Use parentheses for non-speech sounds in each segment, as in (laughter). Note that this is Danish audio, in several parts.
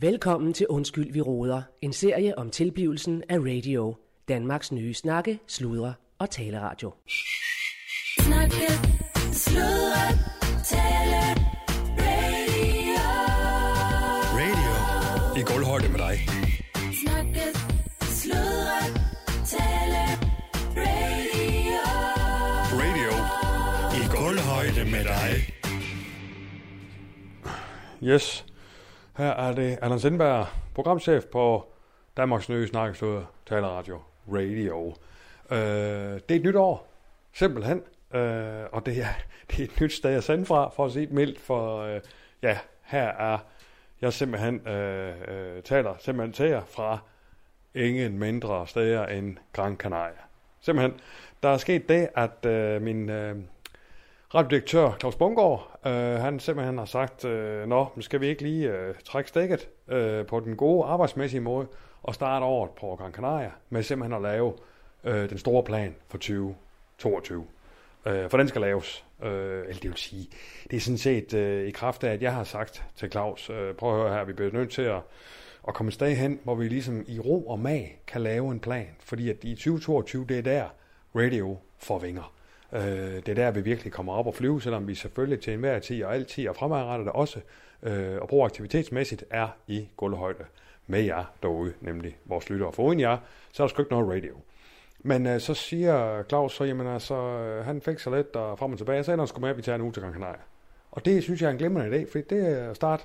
Velkommen til Undskyld, vi råder. En serie om tilblivelsen af radio. Danmarks nye snakke, sludre og taleradio. Snakke, sludre, tale, radio. Radio i gulvhøjde med dig. Snakke, sludre, tale, radio. Radio i gulvhøjde med dig. Yes. Her er det Allan Sindberg, programchef på Danmarks nye snakkestude Taleradio Radio. Øh, det er et nyt år, simpelthen. Øh, og det er, (laughs) det er et nyt sted at sende fra, for at sige det mildt, for øh, ja, her er jeg simpelthen øh, øh, taler simpelthen til jer fra ingen mindre steder end Gran Canaria. Simpelthen. Der er sket det, at øh, min øh, Radiodirektør Claus Bungård, øh, han simpelthen har sagt, øh, nå, men skal vi ikke lige øh, trække stikket øh, på den gode arbejdsmæssige måde og starte året på Gran Canaria med simpelthen at lave øh, den store plan for 2022. Øh, for den skal laves, øh, eller det vil sige, det er sådan set øh, i kraft af, at jeg har sagt til Claus, øh, prøv at høre her, vi bliver nødt til at, at komme et sted hen, hvor vi ligesom i ro og mag kan lave en plan, fordi at i 2022, det er der radio får vinger. Øh, det er der, vi virkelig kommer op og flyve, selvom vi selvfølgelig til enhver tid og altid og fremadrettet også øh, og proaktivitetsmæssigt er i gulvhøjde med jer derude, nemlig vores lyttere. For uden jer, så er der sgu ikke noget radio. Men øh, så siger Claus, så jamen altså, øh, han fik så lidt og frem og tilbage, så ender han sgu med, at vi tager en uge til Gran Canaria. Og det synes jeg er en glimrende idé, fordi det er at starte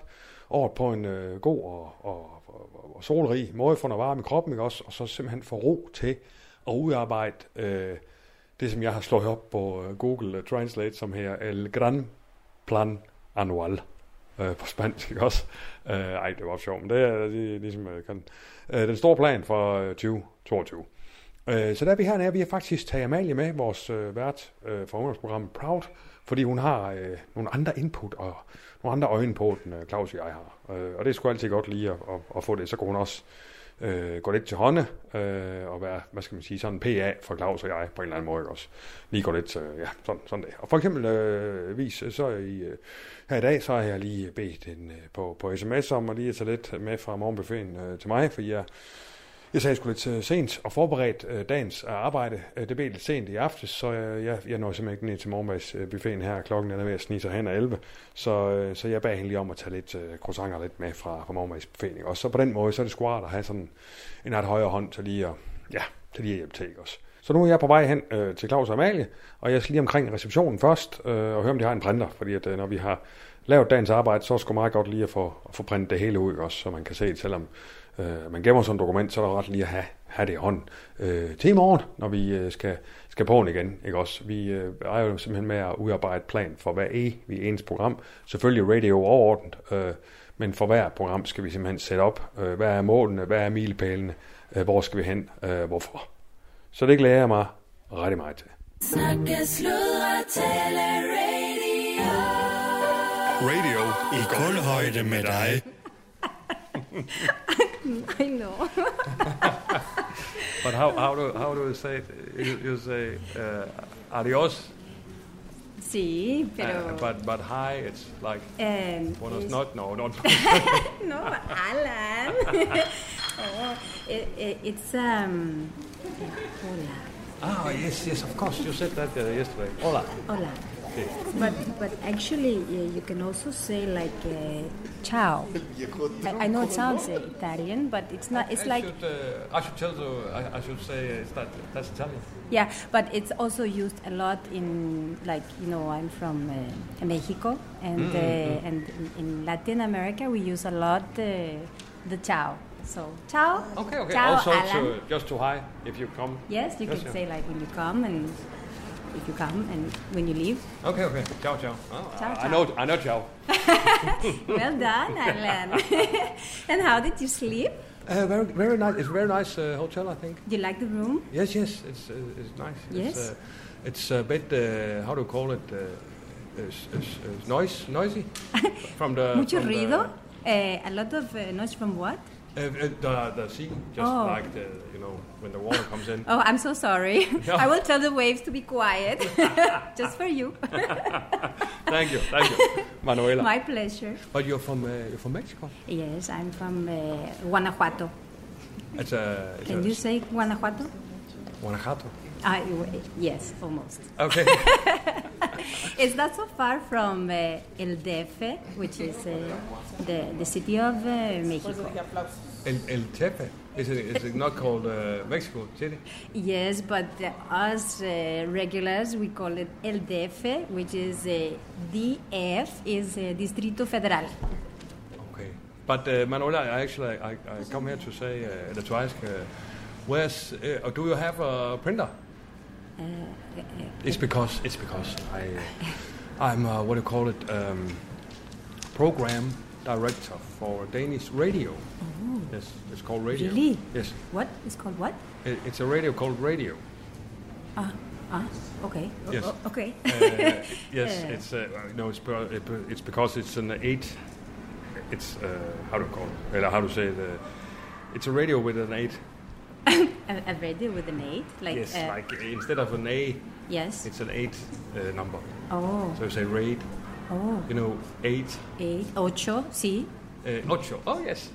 året på en øh, god og, og, og, og solrig måde for noget varme i kroppen, ikke også? Og så simpelthen få ro til at udarbejde øh, det, som jeg har slået op på øh, Google Translate, som her El Gran Plan Anual øh, på spansk, ikke også? Øh, ej, det var sjovt, men det er øh, ligesom øh, kan, øh, den store plan for øh, 2022. Øh, så der er vi hernede, vi har faktisk taget Amalie med, vores øh, vært øh, for ungdomsprogrammet Proud, fordi hun har øh, nogle andre input og nogle andre øjne på, den øh, Claus og jeg har. Øh, og det er sgu altid godt lige at, at, at få det, så kunne hun også øh, gå lidt til hånde øh, og være, hvad skal man sige, sådan PA for Claus og jeg på en eller anden måde ikke også. Lige gå lidt, øh, ja, sådan, sådan det. Og for eksempel øh, vis, så i, øh, her i dag, så har jeg lige bedt en øh, på, på sms om at lige at tage lidt med fra morgenbuffeten øh, til mig, for jeg, jeg sagde sgu lidt øh, sent og forberedt øh, dagens arbejde. Øh, det blev lidt sent i aftes, så øh, jeg, jeg når simpelthen ikke ned til morgenmadsbuffeten her. Klokken er ved at snige sig hen af 11, så, øh, så jeg bad hende lige om at tage lidt øh, croissanter lidt med fra, fra morgenmadsbuffeten. Og så på den måde, så er det sgu rart at have sådan en ret højere hånd til lige at, ja, til lige at hjælpe til ikke også. Så nu er jeg på vej hen øh, til Claus og Amalie, og jeg skal lige omkring receptionen først øh, og høre, om de har en printer, fordi at, øh, når vi har lavet dagens arbejde, så er det sgu meget godt lige at få, at få printet det hele ud også, så man kan se det, selvom øh, man gemmer sådan et dokument, så er det ret lige at have, have det i hånden øh, til i morgen, når vi øh, skal, skal på den igen. Ikke også? Vi øh, er jo simpelthen med at udarbejde plan for hver e, vi ens program. Selvfølgelig radio overordnet, øh, men for hver program skal vi simpelthen sætte op, øh, hvad er målene, hvad er milepælene, øh, hvor skal vi hen, øh, hvorfor. Så det glæder jeg mig rigtig meget til. Snakke, sludre, tale, radio. Radio i gulvhøjde med dig. I know. But how, how do how do you say it? You, you say uh, adios, Sí, pero. Ah, uh, but but hi. It's like um, buenos is- not no not. No, but Alan. oh, it, it, it's um. Hola, ah yes yes of course you said that uh, yesterday. Hola. hola. But but actually, yeah, you can also say like uh, ciao. I, I know it sounds uh, Italian, but it's not. It's I like should, uh, I should tell you. I, I should say uh, that that's Italian. yeah, but it's also used a lot in like you know I'm from uh, Mexico Mm, and uh, and in, in Latin America we use a lot uh, the ciao. So ciao. Okay okay. Ciao, also Alan. to just to hi if you come. Yes, you Yes, can yeah. say like when you come and if you come and when you (laughs) leave. Okay okay. Ciao ciao. Oh, Ciao, I ciao. know I know ciao. well done, Alan. (laughs) and how did you sleep? Uh, very very nice. It's a very nice uh, hotel I think. Do you like the room? Yes, yes, it's uh, it's nice. Yes. It's, uh, it's a bit uh, how do you call it? Uh, is, is, (laughs) is noise, noisy from the Mucho from the- ruido. Uh, a lot of uh, noise from what? Uh, uh, the, the sea, just Oh. like the, you know, when the water comes in. Oh, I'm so (laughs) sorry. No. I will tell the waves to be (laughs) quiet, (laughs) just for you. Thank you, thank you, (laughs) Manuela. My pleasure. but you're from uh, you're from Mexico. Yes, I'm from uh, Guanajuato. It's a it's Can a you say Guanajuato? Guanajuato. I, yes, almost. Okay. It's not so far from uh, El DF, which is uh, the, the city of uh, Mexico. El, El Tepe. Is it, is it not called uh, Mexico City? Yes, but uh, us uh, regulars we call it El DF, which is uh, DF is uh, Distrito Federal. Okay. But uh, Manuela, I actually I, I come here to say uh, the twice. Uh, where's uh, or do you have a printer? Uh, It's because it's because (laughs) I I'm uh, what do you call it um, program director for Danish radio. Yes, it's called radio. Oh. Really? Yes, What is called what? it, it's a radio called radio. Ah, ah, okay. O- Yes. o- okay. Uh, (laughs) yes, Yeah. it's uh, no, it's, pro- it- it's because it's an eight. It's uh, how to call it, or how to say it. Uh, it's a radio with an eight. a, a radio with an eight, like yes, uh, like uh, instead of an A, yes. it's an eight uh, number. Oh, So you say raid, oh, you know, eight, eight, ocho, sí. uh, ocho. Oh (laughs) yes,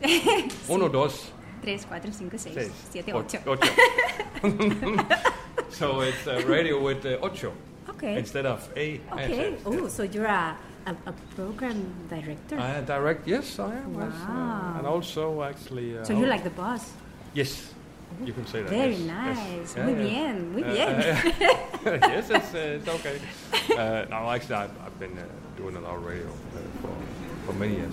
uno, dos, Tres, cuatro, cinco, seis, seis, siete, o- ocho. (laughs) ocho. so it's a radio with uh, ocho Okay. instead of A. okay. Oh, so you're a, a, a program director. I direct. Yes, I am. yes, uh, Wow. and also actually. Uh, so you're like the boss. Yes, you can say that. Very yes, yes. nice. Yeah, muy yeah. bien, muy Uh, bien. uh, (laughs) yes, it's, uh, it's okay. Uh, no, actually, I've, I've been uh, doing a lot of radio uh, for, for many years.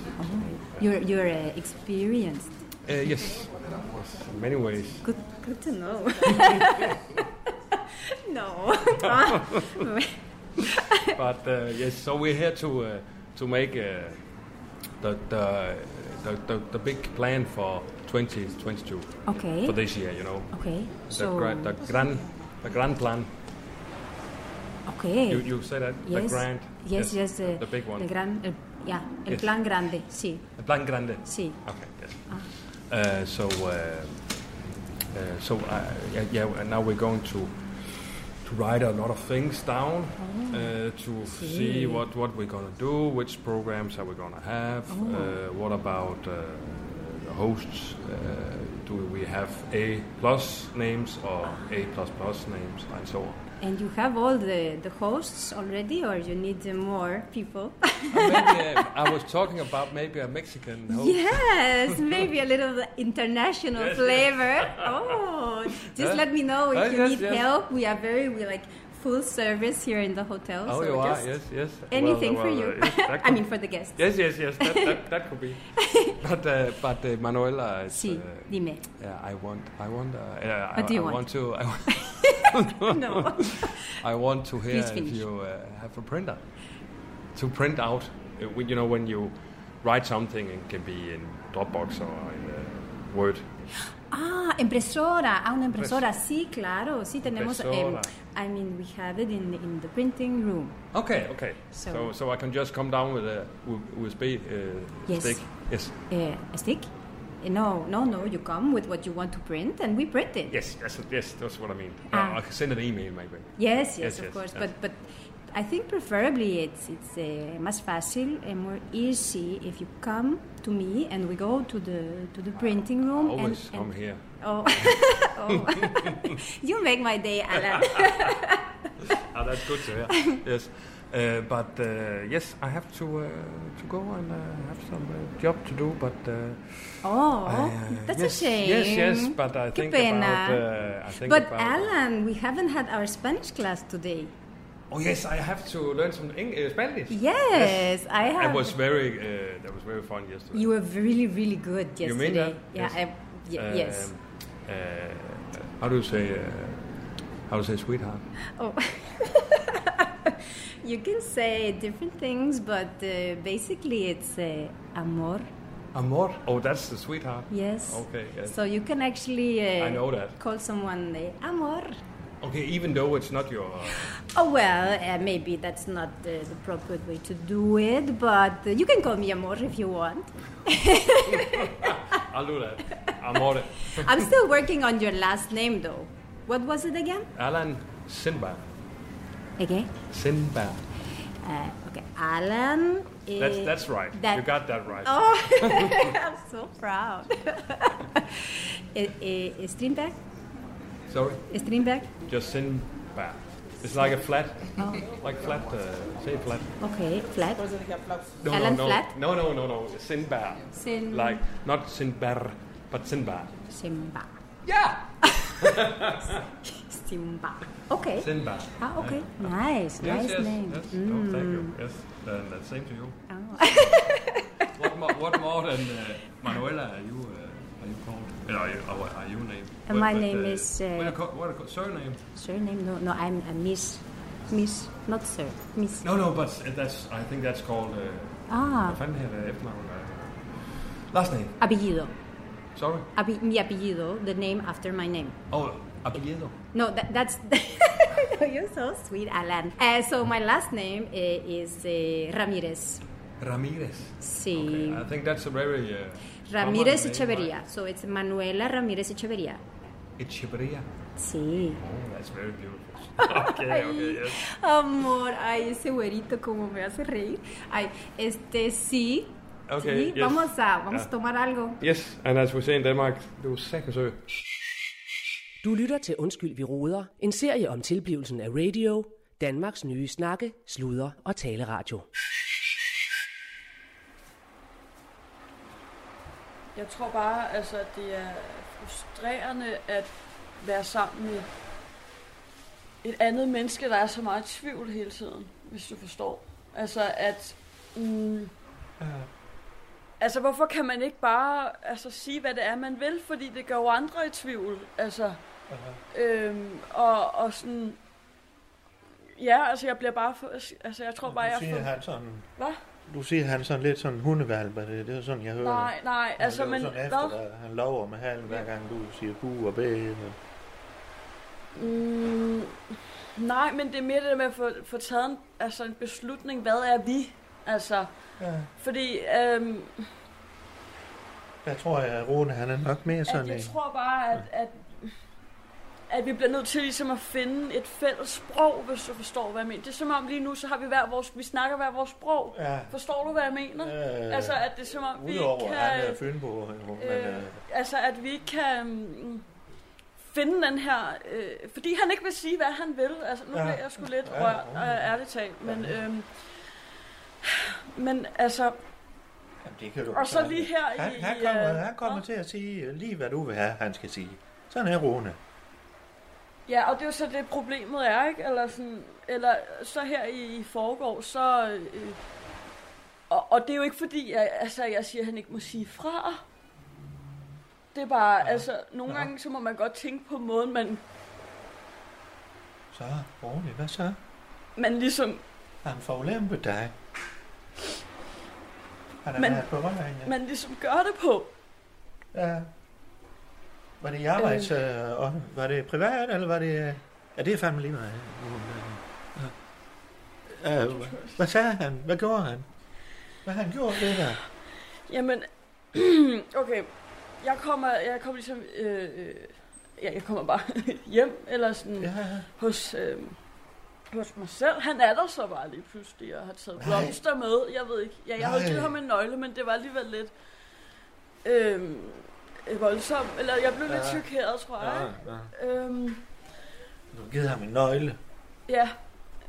You're, you're uh, experienced. Uh, yes, yes, in many ways. Good, good to (laughs) know. no. But uh, yes, so we're here to uh, to make uh, the, the, the the the big plan for 2022 okay. for this year. You know, Okay. Eh? So. the, gra- the grand the grand plan. okay. You, you say that the yes. grand. Yes, yes. uh, the big one. The gran, uh, yeah, el Yes. plan grande. Sí, The plan grande. sí. Okay. Yes. Uh, so, uh, uh, so uh, yeah, yeah, and now we're going to to write a lot of things down uh, to see what what we're gonna do, which programs are we gonna have, uh, what about uh, the hosts. Uh, do we have A plus names or A plus plus names and so on? And you have all the, the hosts already, or you need uh, more (laughs) people? And maybe, uh, I was talking about maybe a Mexican host. Yes, maybe a little international Yes, yes. flavor. (laughs) Oh, just Yeah. let me know if Oh, you yes, need yes. help. We are very we like full service here in the hotel. Oh, so you are just yes, yes. anything Well, for well, you. (laughs) uh, yes, that I could- mean, for the guests. Yes, yes, yes. That, that, (laughs) that could be. But uh, but uh, Manuela, it's, Sí, uh, dime. (laughs) (laughs) yeah, I want I want. Uh, uh, I, What do you I want? to I, (laughs) want- no. I want to hear Please if finish. you uh, have a printer to print out. Uh, when- you know when you write something, it can be in Dropbox or in uh, Word. Ah, impresora. Ah, una impresora. Sí, claro. Sí, tenemos. em, Impresora. I mean, we have it in in the printing room. Okay, okay. So So- so, I can just come down with a U- USB uh, Yes. stick. Yes. Eh, a stick? Eh, No, no, no. You come with what you want to print, and we print it. Yes, yes, yes, that's what I mean. Ah. No, I can send an email maybe. Yes, yes, Yes, of yes, course. yes. But but I think preferably it's it's uh, más fácil and more easy if you come to me and we go to the to the printing room. and- Always and, come here. (laughs) Oh, oh. (laughs) you make my day, (laughs) Alan. Ah, that's good to hear. (laughs) yes, uh, but uh, yes, I have to uh, to go and uh, have some uh, job to do. But uh, Oh, I, uh, that's yes, a shame. Yes, yes, but I Qué think pena. about. Uh, I think but about, Alan, we haven't had our Spanish class today. oh yes, I have to learn some Eng- uh, Spanish. Yes, I have. That was very uh, that was very fun yesterday. you were really, really good yesterday. You mean that? Yeah, I, ye- Um, yes. uh, how do you say? Uh, how do you say, sweetheart? Oh. (laughs) you can say different things, but uh, basically it's uh, amor. Amor. Oh, that's the sweetheart. Yes. Okay. Yes. So you can actually uh, I know that. call someone uh, amor. Okay. Even though it's not your. Oh well, uh, maybe that's not uh, the proper way (laughs) to do it, but uh, you can call me amor if you want. I I'll do (laughs) that. I'm on it. I'm still working on your last name though. What was it again? Alan Sinbad. Again? Sinbad. Uh, okay, Alan. Is That's that's right. you got that right. Oh, (laughs) I'm so proud. (laughs) Eh, I- I- I- Strindberg? Sorry, Strindberg? just Sinbad. It's like a flat, Oh. like flat. Uh, say flat. Okay, flat. No, Alan no, no, Flat? No, no, no, no. Sinbad. Sin- Like not Sinbad, but Sinbad. Simba. Yeah. (laughs) Simba. Okay. Sinbad. Ah, okay. Nice, nice yes, name. Mm. Yes. Oh, thank you. Yes, and uh, same to you. (laughs) Oh. What more, what more than uh, Manuela are you, uh, are you called? Uh, Are you, are, are you named? Uh, my name is, uh, what you call- what you call- surname? Surname? No, no, I'm a Miss. Miss, not sir. Miss. No, no, but that's, I think that's called... Uh, Ah, Hvad fanden hedder efternavn? Øh, Last name. apellido. Sorry. Ape- mi apellido, the name after my name. Oh, apellido. No, that, that's. (laughs) You're so sweet, Alan. Uh, so my last name uh, is uh, Ramirez. Ramirez. Sí. I think that's a very... Uh, Ramirez common name, Echeverría. So it's Manuela Ramirez Echeverría. right? Echeverría. Sí. Oh, that's very beautiful. (laughs) okay, okay, yes. Amor, ay, ese güerito como me hace reír. Ay, este sí. Ok, sí, yes. Ah. vamos a vamos a Ja. tomar algo. Yes, and as we say in Denmark, er det var Sækkersø. Du lytter til Undskyld, vi roder, en serie om tilblivelsen af radio, Danmarks nye snakke, sludre og taleradio. Jeg tror bare, altså, at det er frustrerende at være sammen med et andet menneske, der er så meget i tvivl hele tiden, hvis du forstår. Altså, at... Mm, altså, hvorfor kan man ikke bare altså, sige, hvad det er, man vil? Fordi det gør jo andre i tvivl. Altså, øhm, og, og sådan... Ja, altså, jeg bliver bare... For, altså, jeg tror bare, jeg... Lucia får- Hansson. Hvad? Lucia Hansson lidt sådan hundevalper, det, det er sådan, jeg hører Nej, nej, det. altså, han men... løber sådan hvad? efter dig. Han lover med halen, hver gang du siger bu og bæ. og- Mm, nej, men det er mere det der med at få, få taget en, altså en beslutning. Hvad er vi? Altså, Ja. fordi øhm, Der tror jeg, at Rune, han er nok mere at sådan jeg en. tror bare, at, at, at vi bliver nødt til ligesom at finde et fælles sprog, hvis du forstår, hvad jeg mener. Det er som om lige nu, så har vi hver vores, vi snakker hver vores sprog. Ja. Forstår du, hvad jeg mener? Øh, Altså, at det er som om, vi ikke Udover, kan... at han er fynbo, jo, men Øh, øh, altså, at vi ikke kan mm, finde den her... Øh, fordi han ikke vil sige, hvad han vil. Altså, nu Ja. ja. bliver jeg sgu lidt Ja, rørt, ja. ja, ærligt talt. Men, Ja. øhm, men altså... jamen, det kan du Og ikke så sige. lige her Han, i... han kommer, øh, han kommer nå. til at sige øh, lige, hvad du vil have, han skal sige. Sådan er Rune. Ja, og det er jo så det, problemet er, ikke? Eller, sådan, eller så her i, i forgår, så... Øh, og, og det er jo ikke fordi, jeg, altså, jeg siger, at han ikke må sige fra. Det er bare, ja. altså, nogle Ja. ja. gange, så må man godt tænke på måden, man, Så, Rune, hvad så? man ligesom Han får ulæmpet dig. Han er Men- været på røven, ja. man ligesom gør det på. Ja. Var det i arbejds... Øh. Og, var det privat, eller var det... øh, Ja, det er fandme lige meget. Ja. Øh, hva- hvad sagde han? Hvad gjorde han? Hvad har han gjort det der? Jamen, (clears throat) okay. Jeg kommer, jeg kommer ligesom... Øh, øh, ja, jeg kommer bare (laughs) hjem, eller sådan ja. Ja, ja. hos, øh, hos mig selv. Han er der så bare lige pludselig, og har taget Nej. blomster med. Jeg ved ikke. Ja, jeg havde Nej. givet ham en nøgle, men det var alligevel lidt... Øh, øh, voldsom, eller jeg blev ja. lidt Ja. chokeret, tror jeg. Ja. ja. Øhm, Du har givet ham en nøgle. ja.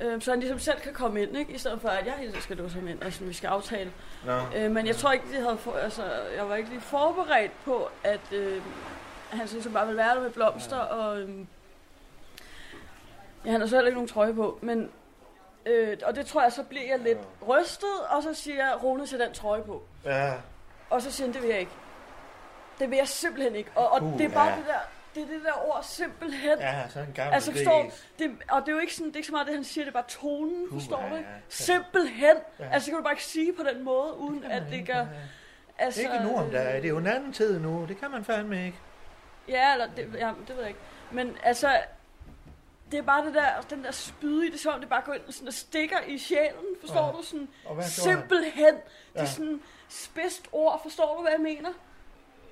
Øhm, så han ligesom selv kan komme ind, ikke? I stedet for, at jeg hele tiden skal låse ham ind, og sådan, vi skal aftale. Nå. Øh, men jeg tror ikke, de havde for, altså, jeg var ikke lige forberedt på, at øh, han synes, bare ville være der med blomster, ja. og øh, ja, han har så heller ikke nogen trøje på, men øh, og det tror jeg, så bliver jeg lidt rystet, og så siger jeg, Rune, til den trøje på. Ja. Og så siger han, det vil jeg ikke. Det vil jeg simpelthen ikke. Og, og Uh, det er bare ja. det der, det er det der ord, simpelthen. Ja, sådan en gammel Altså, gris. forstår du? det, og det er jo ikke, sådan, det er ikke så meget det, han siger, det er bare tonen, Uh, forstår ja, du? ja. ikke? Simpelthen. Ja. Altså, det kan du bare ikke sige på den måde, uden at det gør... Ja, ja. Altså, Ikke nu om øh, dagen. Det er jo en anden tid nu. Det kan man fandme ikke. Ja, eller det, ja, det ved jeg ikke. Men altså, det er bare det der, den der spyd i det som om det bare går ind og sådan, og stikker i sjælen, forstår Ja. du? Sådan, Og hvad gjorde han? simpelthen. Det Ja. er sådan spidst ord, forstår du, hvad jeg mener?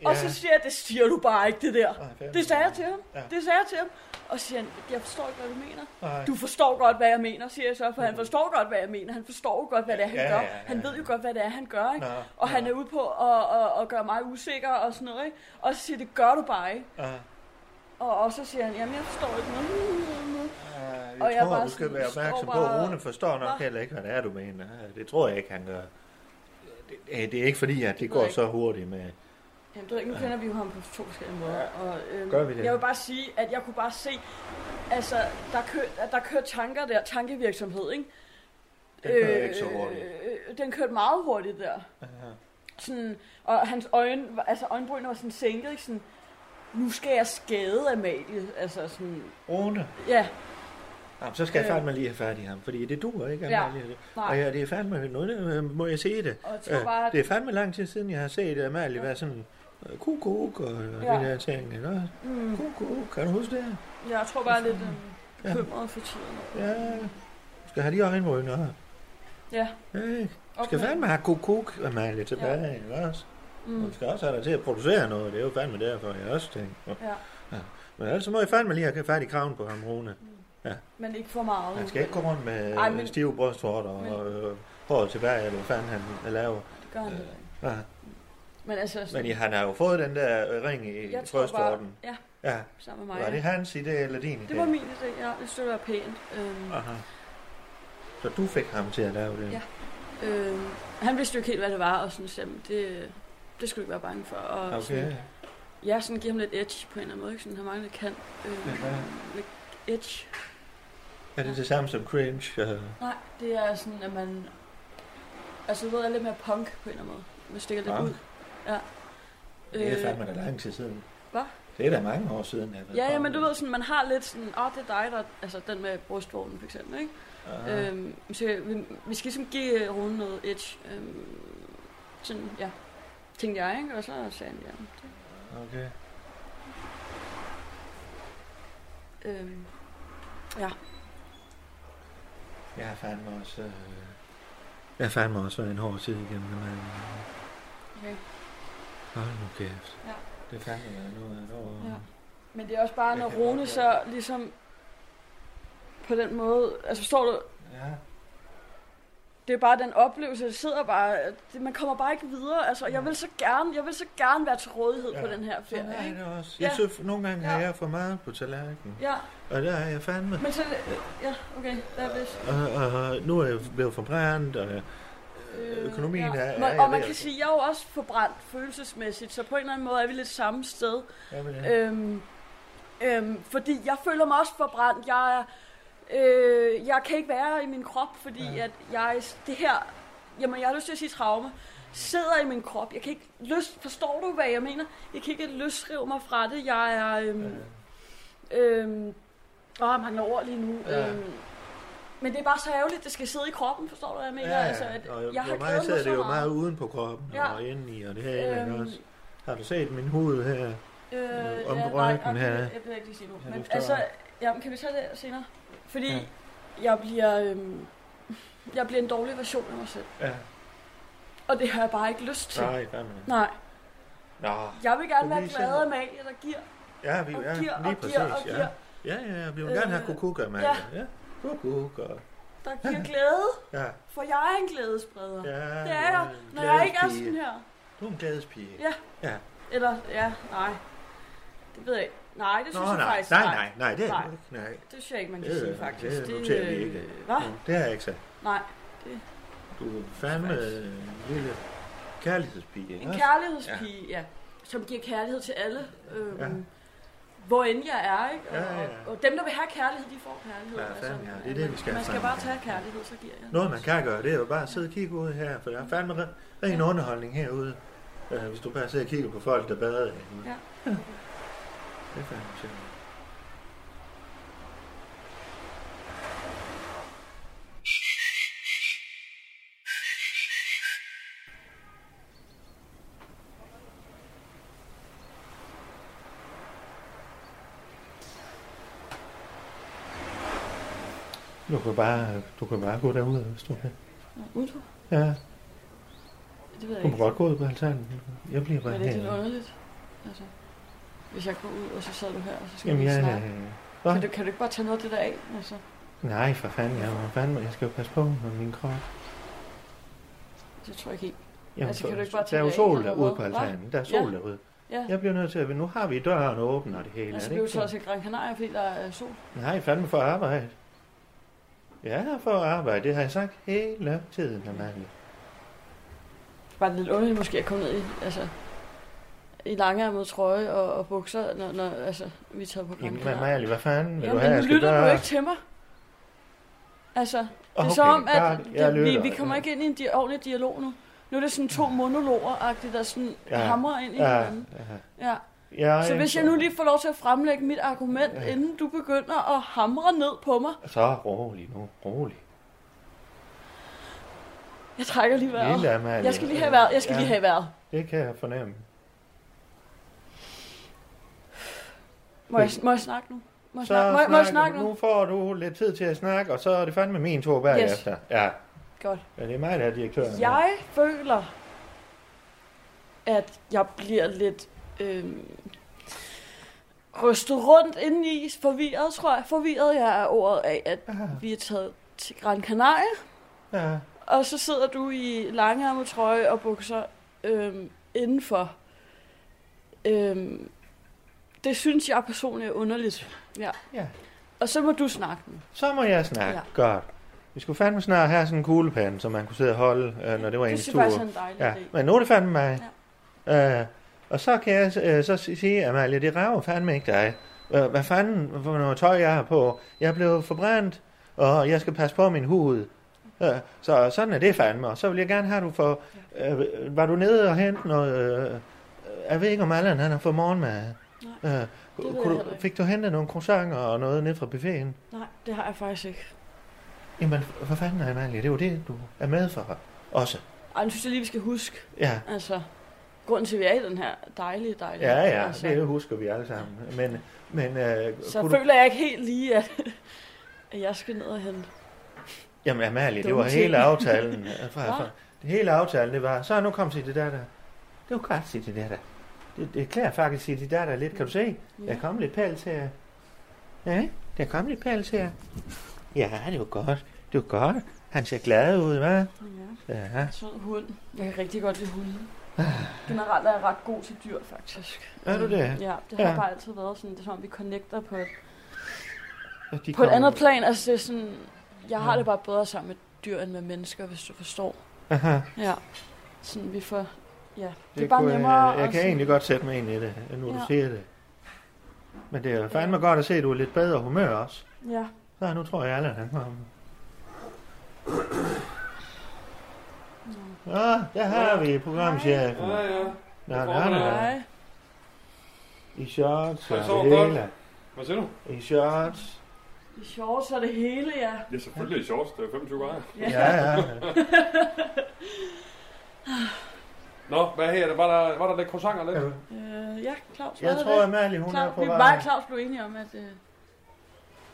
Og så siger jeg, det siger du bare ikke, det der. Nej, fandme. Det sagde jeg til ham. Ja. Det sagde jeg til ham. Og så siger han, jeg forstår ikke, hvad du mener. Nej. Mm. Du forstår godt, hvad jeg mener, siger jeg så, for han forstår godt, hvad jeg mener. Han forstår jo godt, hvad det er, han Ja, ja, gør. ja, ja. Han ved jo godt, hvad det er, han gør, ikke? Nå, Og han nå. er ude på at, at, at gøre mig usikker og sådan noget, ikke? Og så siger jeg, det gør du bare ikke. Ja. Ah, Og, og så siger han, jamen jeg forstår ikke noget. Jeg Og jeg Øh, tror, bare du skal sådan være står opmærksom på, bare- at Rune forstår nok Hva? heller ikke, hvad det er, du mener. Ah, Det tror jeg ikke, han gør. Det, det det er ikke fordi, at det ved går jeg så hurtigt med... Jamen, du ved ikke, nu kender vi jo ham på to forskellige måder. Og, øhm, Gør vi det? Jeg vil bare sige, at jeg kunne bare se, altså, der kørte, at der kørte tanker der, tankevirksomhed, ikke? Den kører ikke så hurtigt. Øh, øh, den kørte meget hurtigt der. Sådan, og hans øjne, var- altså øjenbrynene var sådan sænket, ikke? Sådan, nu skal jeg skade Amalie. Altså sådan, Rune, ja, Jamen, så skal jeg Øh. fandme lige have fat i ham, fordi det duer ikke, Ja. Amalie. nej. Og ja, det er fandme noget, øh, må jeg se det. Og jeg tror Øh, bare, at- Det er fandme lang tid siden, jeg har set Amalie være sådan, øh, kukuk og, og Ja. de der ting, ikke også? Mm, Kukuk, kan du huske det? jeg tror bare jeg er lidt øhm, Ja. bekymret for tiden. Ja, du skal have de øjenbryn op. Ja. Ja, ikke? Du Op skal med- fandme have kukuk, Amalie, tilbage, ikke også? Mm. Mm, Du skal også have dig til at producere noget, det er jo fandme derfor, jeg også tænker. ja. Men ellers så må jeg fandme lige have fat i kraven på ham, Rune. Men ikke for meget. Han skal ikke gå rundt med Ej, Ej, men- men... stive brystvorter Men- og øh, håret tilbage, eller hvad fanden han øh, laver. Det gør han heller ikke. Ja. Men altså, sådan, Men ja, han har jo fået den der øh, ring i jeg tror bare, brystvorten. ja, Ja. sammen med mig. Var det hans idé eller din idé? Det var min idé, ja. Jeg synes, det var pænt. Øhm, Aha. Så du fik ham til at lave det? Ja. øhm, han vidste jo ikke helt, hvad det var, og sådan, så, jamen, det, det skulle du ikke være bange for. Og Okay. sådan, ja, sådan giver ham lidt edge på en eller anden måde, ikke? Sådan, han mangler kant. Øhm, Ja, ja. lidt edge. Er det det samme som cringe? Øh, Nej, det er sådan, at man... Altså, du ved, er lidt mere punk på en eller anden måde. Man stikker lidt Ja. ud. Ja. Det er fandme da lang tid siden. Hvad? Det er da mange år siden, jeg har været Ja, ja, barn. men du ved sådan, man har lidt sådan, åh, oh, det er dig, der... Altså, den med brystvognen, for eksempel, ikke? Aha. Øhm, så vi, vi skal ligesom give øh, Rune noget edge. Øhm, sådan, ja. Tænkte jeg, ikke? Og så sagde han, ja. det- Okay. Øhm, Jeg har fandme også... Øh... Jeg har fandme også været en hård tid igennem, men... okay. Hold nu kæft. Ja. Det er fandme været noget af et år. Ja. Men det er også bare, Jeg når kan godt Rune lide så ligesom på den måde, altså forstår du, ja. det er bare den oplevelse, det sidder bare, det, man kommer bare ikke videre, altså, og jeg vil så gerne, jeg vil så gerne være til rådighed ja. på Ja. den her Sådan ferie, er ikke? det også. Ja. Jeg synes, nogle gange har Ja. jeg for meget på tallerkenen. Ja, Og der er jeg fandme... men så, ja, okay, der er vist. Og, og nu er jeg blevet forbrændt, og øh, økonomien er... er Man, jeg og ved man kan at- sige, at jeg er jo også forbrændt følelsesmæssigt, så på en eller anden måde er vi lidt samme sted. Ja, men, øh, Øhm, øhm, fordi jeg føler mig også forbrændt. Jeg, er- øh, jeg kan ikke være i min krop, fordi ja. Ja. at jeg, det her, jamen jeg har lyst til at sige traume, sidder i min krop. Jeg kan ikke lyst, forstår du, hvad jeg mener? Jeg kan ikke løsrive mig fra det. Jeg er, øhm, ja. øhm, åh, jeg mangler ord lige nu. Ja. Ja. Øhm, men det er bare så ærgerligt, det skal sidde i kroppen, forstår du, hvad jeg mener? ja, altså, at og jeg har for mig glædet mig sidder så det jo meget. meget uden på kroppen Ja. ja. og indeni og det her øhm, Øhm, også. Har du set min hud her? Øh, om ja, nej, røntgen okay, her. Jeg ved ikke lige sige nu. Ja, men det står altså, der. jamen, kan vi tage det senere? Fordi ja. Ja. jeg bliver... Øhm, jeg bliver en dårlig version af mig selv. Ja. Og det har jeg bare ikke lyst til. Nej. Nej, fandme. nej. Nå. Jeg vil gerne Du være viser- glad af Amalie, der giver Ja, vi og ja, giver lige og præcis. giver og giver. ja. ja, ja, ja, vi vil gerne have Øh, kukuk, Amalie. Ja. Kukuk og... Der giver glæde, Ja. for jeg er en glædespreder. Ja. ja Det er jeg, en når jeg ikke er glædespige. sådan her. Du er en glædespige. Ja. Eller, ja, nej. Det ved jeg ikke. Nej, det Nå, synes jeg nej, faktisk nej, nej, nej, det er Nej. du ikke. Nej. Det synes jeg ikke, man kan Det, sige, øh, faktisk. det noterer vi ikke. Mm. Hvad? Det har jeg ikke sagt. Nej. Du er fandme Faktisk. en lille kærlighedspige. ikke En også? kærlighedspige, ja. ja. Som giver kærlighed til alle. Øhm, ja. Ja. Hvor end jeg er, ikke? Og, Ja, ja, ja. og, og dem, der vil have kærlighed, de får kærlighed. altså. Ja, fandme, ja. Det er det, man- vi skal Man have skal sammen. bare tage kærlighed, så giver jeg. Noget man kan gøre, det er jo bare at sidde og kigge ud her, for der er fandme re- ren underholdning herude. Øh, hvis du bare sidder og kigger på folk, der bader herude. Ja. (laughs) Det er fandme sjovt. Du kan bare, du kan bare gå derud, hvis du kan. Nå, Udo, Ja, det ved jeg du må ikke. godt gå ud på altanen. Jeg bliver Men bare er det ikke lidt her. underligt? Altså, hvis jeg går ud, og så sad du her, og så skulle Jamen, vi jeg... snakke. Hva? Kan du, kan du ikke bare tage noget af det der af? Altså? Nej, for fanden, jeg må fandme, jeg skal jo passe på med min krop. Det tror jeg ikke helt. Jamen, Altså, så- kan du ikke bare der er jo tage sol af, eller derude hvad? på altanen. Der er sol Ja. derude. Ja, Jeg bliver nødt til at... Nu har vi døren åben og det hele. altså, er det er jo det så ikke også i Gran Canaria, fordi der er sol. det? Nej, fandme for arbejde. Ja, for arbejde. Det har jeg sagt hele tiden, Amalie. Det er bare lidt underligt måske at komme ned i, altså, i langærmet trøje og, og bukser, når, når altså, vi tager på Gran Jamen, Canaria. Amalie, hvad fanden vil Jamen, du have, men jeg nu skal lytter du gøre? ikke til mig. Altså, det Okay, er som om, at godt, jeg det, vi, lytter. vi kommer ikke ind i en di- ordentlig dialog nu. Nu er det sådan to monologer der sådan Ja. ja. hamrer ind i Ja, hinanden. Ja. ja. Så hvis jeg nu lige får lov til at fremlægge mit argument, Ja. inden du begynder at hamre ned på mig. Så rolig nu, rolig. Jeg trækker lige vejret. Lille Amalie. Jeg skal lige have vejret. Jeg skal ja, lige have vejret. Det kan jeg fornemme. Må jeg, må jeg snakke nu? Må jeg, Så snakke, må, jeg, må jeg snakker snakke du. nu? Nu får du lidt tid til at snakke, og så er det fandme min tur bagefter. Yes. Ja. Godt. ja, det er mig, der er direktøren. Jeg føler, at jeg bliver lidt øhm, rystet rundt indeni, forvirret, tror jeg. Forvirret jeg er ordet af, at Ah, vi er taget til Gran Canaria, Ja, og så sidder du i langærmet trøje og bukser øhm, indenfor. Øhm, det synes jeg personligt er underligt. Ja. Ja. Og så må du snakke nu. så må jeg snakke. Ja. Godt. Vi skulle fandme snart have sådan en kuglepande, som man kunne sidde og holde, øh, når det var Det ens synes tur. jeg faktisk er en dejlig Ja, idé. men nu er det fandme mig. Ja. Øh, og så kan jeg øh, så si- sige, Amalie, det rager fandme ikke dig. Øh, hvad fanden for noget tøj, jeg har på? Jeg blev forbrændt, og jeg skal passe på min hud. Øh, så sådan er det fandme. Og så vil jeg gerne have, at du får... Øh, var du nede og hente noget... Øh, jeg ved ikke, om Allan han har fået morgenmad. Øh, ved kunne jeg du, heller ikke. fik du hentet nogle croissanter og noget ned fra buffeten? Nej, det har jeg faktisk ikke. Jamen, hvad fanden, Amalie? Det er jo det, du er med for. Også. Ej, nu synes jeg lige, vi skal huske. Ja. Altså, grunden til, at vi er i den her dejlige, dejlige... Ja, ja, altså, det husker vi alle sammen. Men, men øh, Så kunne du... føler jeg ikke helt lige, at, at jeg skal ned og hente. Jamen, Amalie, det dumme var ting. hele (laughs) aftalen. øh, fra, Hva? fra, det hele aftalen, det var, så nu kom til det der der. Det var godt, sige det der der. Det, det klæder faktisk sige det der der lidt, kan du se? Der er kommet lidt pæl til jer. Ja, ikke? der er kommet lidt pæl til jer. Ja, det var godt. Det var godt. Han ser glad ud, hva'? ja. Ja. Sød hund. Jeg kan rigtig godt lide hunde. (sighs) Generelt er jeg ret god til dyr, faktisk. Er du det? Ja, det har Ja. ja. bare altid været sådan, det er som om, vi connecter på et, Og de på et kom- andet plan. Altså, det er sådan, jeg har Ja. det bare bedre sammen med dyr, end med mennesker, hvis du forstår. Aha. Ja, sådan vi får... Ja, det, er Det bare kunne, nemmere. jeg, jeg at kan sådan- egentlig godt sætte mig ind i det, nu ja. du Ja. siger det. Men det er jo fandme godt at se, at du er lidt bedre humør også. Ja, Så nu tror jeg, Allan han kom. Ah, der har vi programchefen. Ja, ja. Nej, er nej, nej. nej. I shorts Jeg og sover det godt. hele. Hvad siger du? I shorts. I shorts er det hele, ja. Ja, selvfølgelig i shorts. Det er 25 grader. Ja, ja. Nå, hvad her? Var der, var der lidt croissanter lidt? ja. Øh, ja, Claus, Jeg hvad tror, er at det? Malie, hun er Claus, på vi mig vej. og Claus blev enige om, at øh, det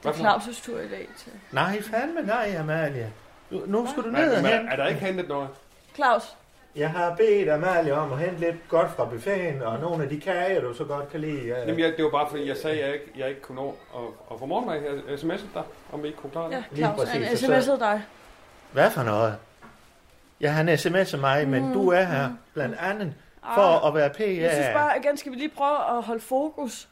Hvad er for Claus' tur i dag. Til. Nej, fandme nej, Amalie. Du- Nu skal du ned Men, og men, hente. er der ikke hentet noget? Claus, Jeg har bedt Amalie om at hente lidt godt fra buffeten, og nogle af de kager, du så godt kan lide. øh, Jamen, jeg, det var bare fordi, jeg sagde, at jeg ikke, jeg ikke kunne nå at, at få morgenmad. Jeg sms'ede dig, øh, om vi ikke kunne klare det. ja, Lige Claus, præcis, han og så- sms'ede dig. Hvad for noget? Ja, han sms'er mig, men du er her blandt andet for at være PA. Mm, Ah. Jeg synes bare, igen, skal vi lige prøve at holde fokus.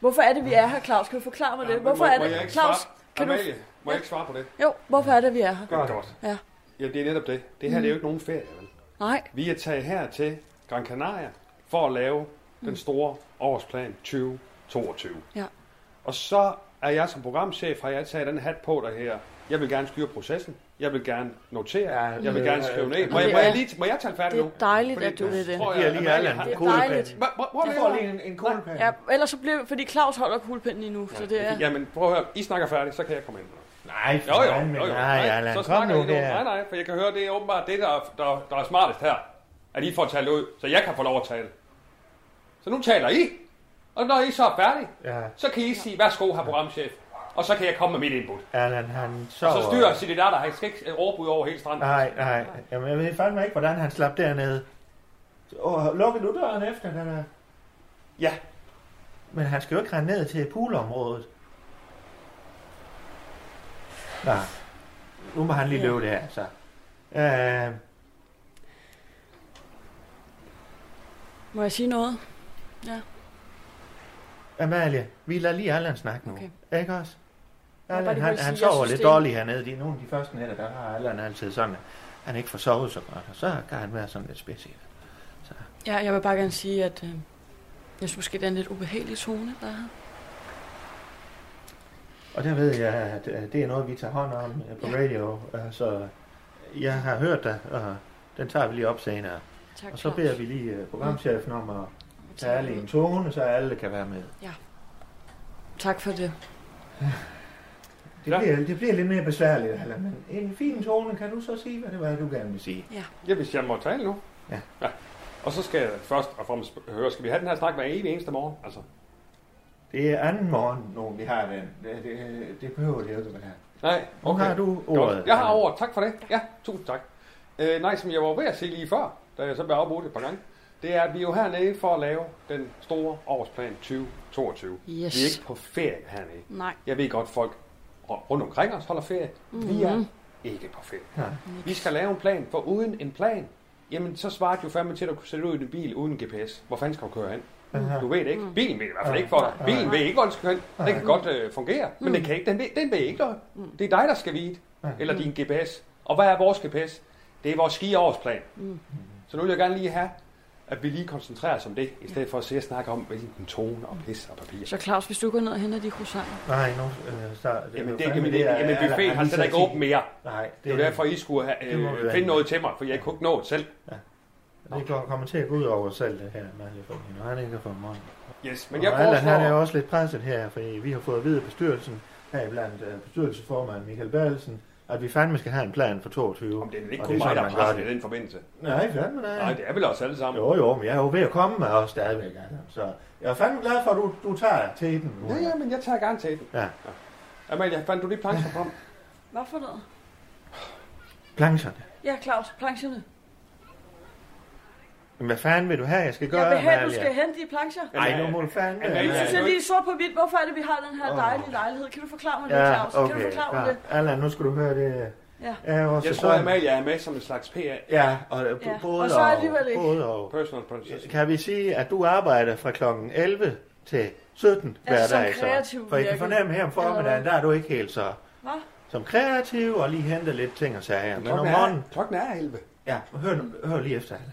Hvorfor er det, vi er her, Claus? Kan du forklare mig det? Hvorfor må, er må jeg det, ikke Claus? svare? Kan du... Amalie, må jeg ikke svare på det? Jo, hvorfor er det, vi er her? Godt. Godt. Ja. Ja, det er netop det. Det her det er jo ikke nogen ferie, vel? Nej, Vi er taget her til Gran Canaria for at lave den store årsplan 2022. Mm. Ja. Og så er jeg som programchef, har jeg taget den hat på der her. Jeg vil gerne styre processen. Jeg vil gerne notere. Jeg vil gerne skrive ned. Må, jeg, må, jeg, lige, må jeg tale færdig det nu? er dejligt, Fordi at du nu vil det. tror Jeg giver lige at Amalie alle en har- Det er kuglepen. dejligt. Hva- hva- Prøv Jeg får lige lige en, en kuglepen. Ja, ellers så bliver fordi Claus holder kuglepinden lige nu, så det er... Jamen, prøv at høre. I snakker færdigt, så kan jeg komme ind. Nej, for Jo, jo, fanden, jo, jo. Nej, Allan, så kom snakker nu I nu. Nej, der. nej, for jeg kan høre, det er åbenbart det, der, er- der, der er smartest her. At I får talt ud, så jeg kan få lov at tale. Så nu taler I. Og når I så er færdige, Ja, så kan I sige, værsgo, her programchef. Og så kan jeg komme med mit input. Allan, han Og sover. så styrer sig det der, der han skal ikke øh, råbe ud over hele stranden. Nej, nej. Jamen, jeg ved fandme ikke, hvordan han slap dernede. Og lukker du døren efter den der? Ja. Men han skal jo ikke rende ned til poolområdet. Nej. Nu må han lige Ja. løbe det her, så. Øh, Må jeg sige noget? Amalie, vi lader lige Allan snakke nu. Okay. Ikke også? Jeg vil bare Allan, lige han, hurtigt han sige, jeg sover synes, lidt det er- dårligt hernede. Det er nogle af de første nætter, der har Allan altid sådan, at han ikke får sovet så godt. Og så kan han være sådan lidt speciel. Ja, jeg vil bare gerne sige, at øh, jeg synes måske, det er en lidt ubehagelig tone, der er her. Og der ved jeg, at øh, det er noget, vi tager hånd om øh, på radio. øh, Så jeg har hørt dig, og den tager vi lige op senere. Tak, Og så Claus. beder vi lige øh, programchefen om at tage Tak. alle i en tone, så alle kan være med. Tak for det. Det, Ja. bliver, det bliver lidt mere besværligt, Allan, men en fin tone, kan du så sige, hvad det var, du gerne vil sige? Ja, hvis jeg må tale nu. Ja. ja. Og så skal jeg først og fremmest høre, skal vi have den her snak hver evig eneste morgen? Altså, Det er anden morgen, nu vi har den. Det, det, det behøver det jo ikke være. nej, Nu okay. har du Godt. ordet. Jeg har ordet. Tak for det. Ja, tusind tak. Øh, nej, som jeg var ved at sige lige før, da jeg så blev afbrudt et par gange, det er, at vi er jo hernede for at lave den store årsplan 2022. Yes. Vi er ikke på ferie hernede. Nej. Jeg ved godt, folk rundt omkring os holder ferie. Mm-hmm. Vi er ikke på ferie. Nej. Vi skal lave en plan, for uden en plan, jamen så svarer du fandme til at kunne sætte ud i din bil uden GPS. Hvor fanden skal du køre hen? Aha. Du ved det ikke. Bilen ved i hvert fald ikke for dig. Bilen ved ikke, hvor den skal hen. Den kan godt øh, fungere, men den, kan ikke, den, ved, den ved ikke noget. Det er dig, der skal vide. Eller din GPS. Og hvad er vores GPS? Det er vores skiårsplan. Så nu vil jeg gerne lige have, at vi lige koncentrerer os om det, i stedet for at sidde og snakke om, hvilken tone og pis og papir. Så Claus, hvis du går ned og henter de croissanter. Nej, nu... Øh, så, Jamen, det, fandme, jamen, det, er- jamen Allan, buffeten har lige slet ikke sagt- åben mere. Nej, Det er jo derfor, I skulle have, det må vi øh, være finde med. noget til mig, for jeg kunne ikke nå det selv. Det går, kommer til at gå ud over selv det her, Malle, for hende. Han ikke har fået morgen. Yes, men Men jeg jeg og Allan, han er foreslår... jo også lidt presset her, fordi vi har fået at vide af bestyrelsen, heriblandt uh, bestyrelsesformand Michael Berlsen, at vi fandme skal have en plan for 22. Om det er ikke Og kun mig, sådan, der man er gør presset det. i den forbindelse. Nej, fandme nej. Nej, det er vel os alle sammen. Jo, jo, men jeg er jo ved at komme med os stadigvæk, Allan. Så jeg er fandme glad for, at du, du tager til den. nu. Ja, ja, men jeg tager gerne til den. Ja. Amalie, fandt du de plancher frem? Hvad for noget? Plancherne. Ja, Claus, plancherne. Men hvad fanden vil du have, jeg skal gøre, jeg vil have, at du Amalie? skal hente de plancher. Ej, nu må du fandme. Amalie, Jeg Ja, synes, ja. jeg lige sort på hvidt. Hvorfor er det, vi har den her Åh. dejlige lejlighed? Kan du forklare mig det, Ja, Claus? Kan du okay. forklare mig Ja. det? Allan, nu skal du høre det. Ja. Ja, vores Jeg tror, sæson- Amalie er med som en slags PR. Ja, og, øh, Ja, Både og så alligevel ikke. Både og. Personal process. Kan vi sige, at du arbejder fra kl. 11 til 17 hver som dag? så? kreativ For jeg kan virkelig. fornemme her om formiddagen, der er du ikke helt så Hvad? som kreativ og lige hente lidt ting og sager. Men om Klokken morgenen, er, klokken er 11. ja, hør, nu- hør lige efter, Anna.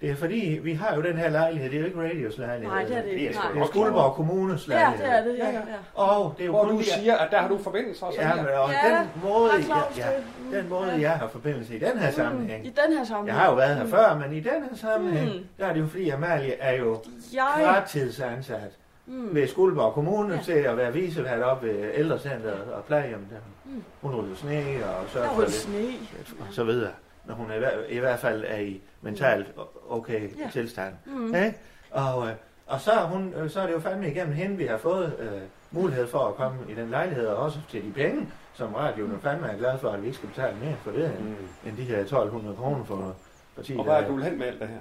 Det er fordi, vi har jo den her lejlighed, det er jo ikke radios lejlighed. Nej, det er det ikke. Det er sgu Nej. Det er Skuldborg Kommunes Ja, lejlighed. det er det. Ja, ja. Og det er jo Hvor kun du de- siger, at der har du forbindelser og Ja, sådan men, her. og Ja, den måde, der er Claus ja, det. Mm, ja, den måde, ja. jeg har forbindelse i den Mm. her sammenhæng, I den her sammenhæng. jeg har jo været her før, men i den her sammenhæng, Mm. der er det jo fordi, Amalie er jo Jeg... kvartidsansat Mm. ved Skuldborg Kommune Ja. til at være visevært op ved ældrecenteret og plejehjem. Der. Mm. Hun rydder sne og Jeg sørger har for ryddet lidt, sne. og så videre. Når hun er, i hver- i hvert fald er i mentalt okay Mm. Ja. tilstand. Mm. Ikke? Og, øh, og så, er hun, øh, så er det jo fandme igennem hende, vi har fået øh, mulighed for at komme i den lejlighed, og også til de penge, som radioen er fandme er glad for, at vi ikke skal betale mere for det, mm. Mm. end de her 1200 kroner for partiet. Og hvad er det, du vil hen med alt det her?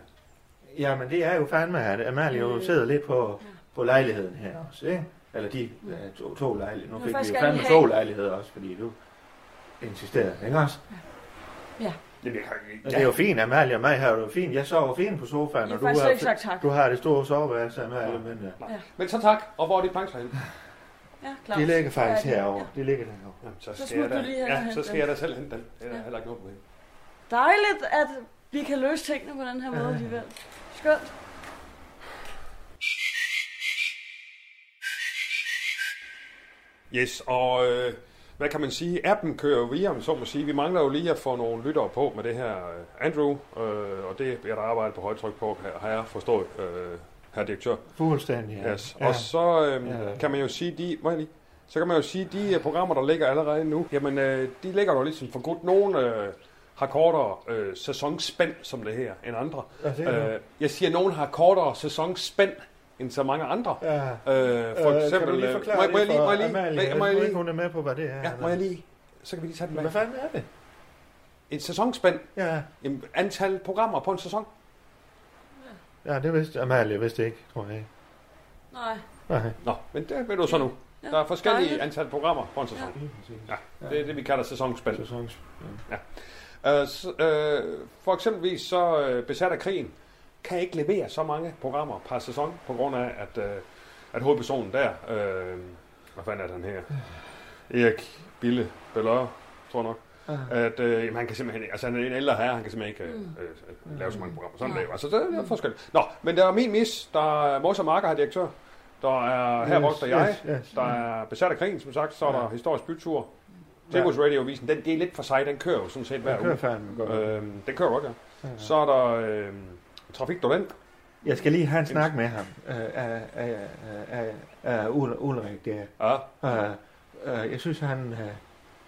Jamen, det er jo fandme, at Amalie Øh, jo sidder lidt på, på lejligheden her også, ikke? Eller de ja, to, to lejligheder. Jeg Nu vil fik vi faktisk jo gerne fandme have- to lejligheder også, fordi du insisterede, ikke også? Jamen, jeg kan Ja. ikke... Det er jo fint, Amalie og mig har det jo fint. Jeg sover fint på sofaen, Jeg og har du faktisk har, slet ikke sagt tak. du har det store soveværelse, Amalie, men øh, ja. Men så tak. Og hvor er de plancher henne? Ja, Claus. Det ligger faktisk Ja, det- herovre. Det ligger derovre. Jamen, så Så skal, jeg smut da, du lige hen og ja, hent så skal dem. jeg da selv hente dem. Det er der Ja. heller ikke noget problem. Dejligt, at vi kan løse tingene på den her måde alligevel. Skønt. Yes, og øh, hvad kan man sige? Appen kører jo via, om så må sige. Vi mangler jo lige at få nogle lyttere på med det her øh, Andrew, øh, og det bliver der arbejdet på højtryk på, har- har jeg forstået, øh, her direktør. Fuldstændig, ja. Yes. ja. Og så øh, Ja. kan man jo sige, de, må jeg lige, så kan man jo sige, de øh, programmer, der ligger allerede nu, jamen øh, de ligger jo ligesom for godt. Nogle øh, har kortere øh, sæsonspænd, som det her, end andre. Hvad siger du? Øh, jeg siger, at nogen har kortere sæsonspænd end så mange andre. Ja. Øh, for øh, Øh, kan eksempel, du lige øh, forklare må, jeg- må jeg det lige, må for jeg lige, Amalie? må jeg- må jeg Jeg tror lige, ikke, hun er med på, hvad det er. Ja, må jeg lige... Så kan vi lige tage den Hvad med. fanden er det? En sæsonspænd. Ja, Jamen, antal programmer på en sæson. ja det vidste Amalie, vidste ikke, tror jeg. Nej. Nej. Nå, men det ved du så nu. Ja, Der er forskellige dejligt. antal programmer på en sæson. Ja, det er det, vi kalder sæsonspil. Sæsons. Øh, s- øh, for eksempelvis så øh, besat af krigen kan ikke levere så mange programmer per sæson, på grund af, at, øh, at hovedpersonen der, øh, hvad fanden er han her? Erik Bille Belløre, tror jeg nok. At øh, jamen, han kan simpelthen ikke- altså han er en ældre herre, han kan simpelthen ikke Mm. øh, øh, lave så mange programmer. Sådan er det jo. Altså, det er- det er forskel. Nå, men der er min mis, der er Mors og Marker, har direktør. Der er her vokser jeg. Yes, yes. Der er besat af krigen, som sagt, så er der Ja. historisk bytur. Tegos Radio-avisen, den, det er lidt for sig, den kører jo sådan set hver Jeg kører uge. fandme godt. Øhm, den kører godt, ja. Ja. Så er der øhm, Trafik Dolent. Jeg skal lige have en snak med ham. Øh, af- af- af- af- af Ul- Ulrik der. Ja, Øh, øh, jeg synes, han, øh,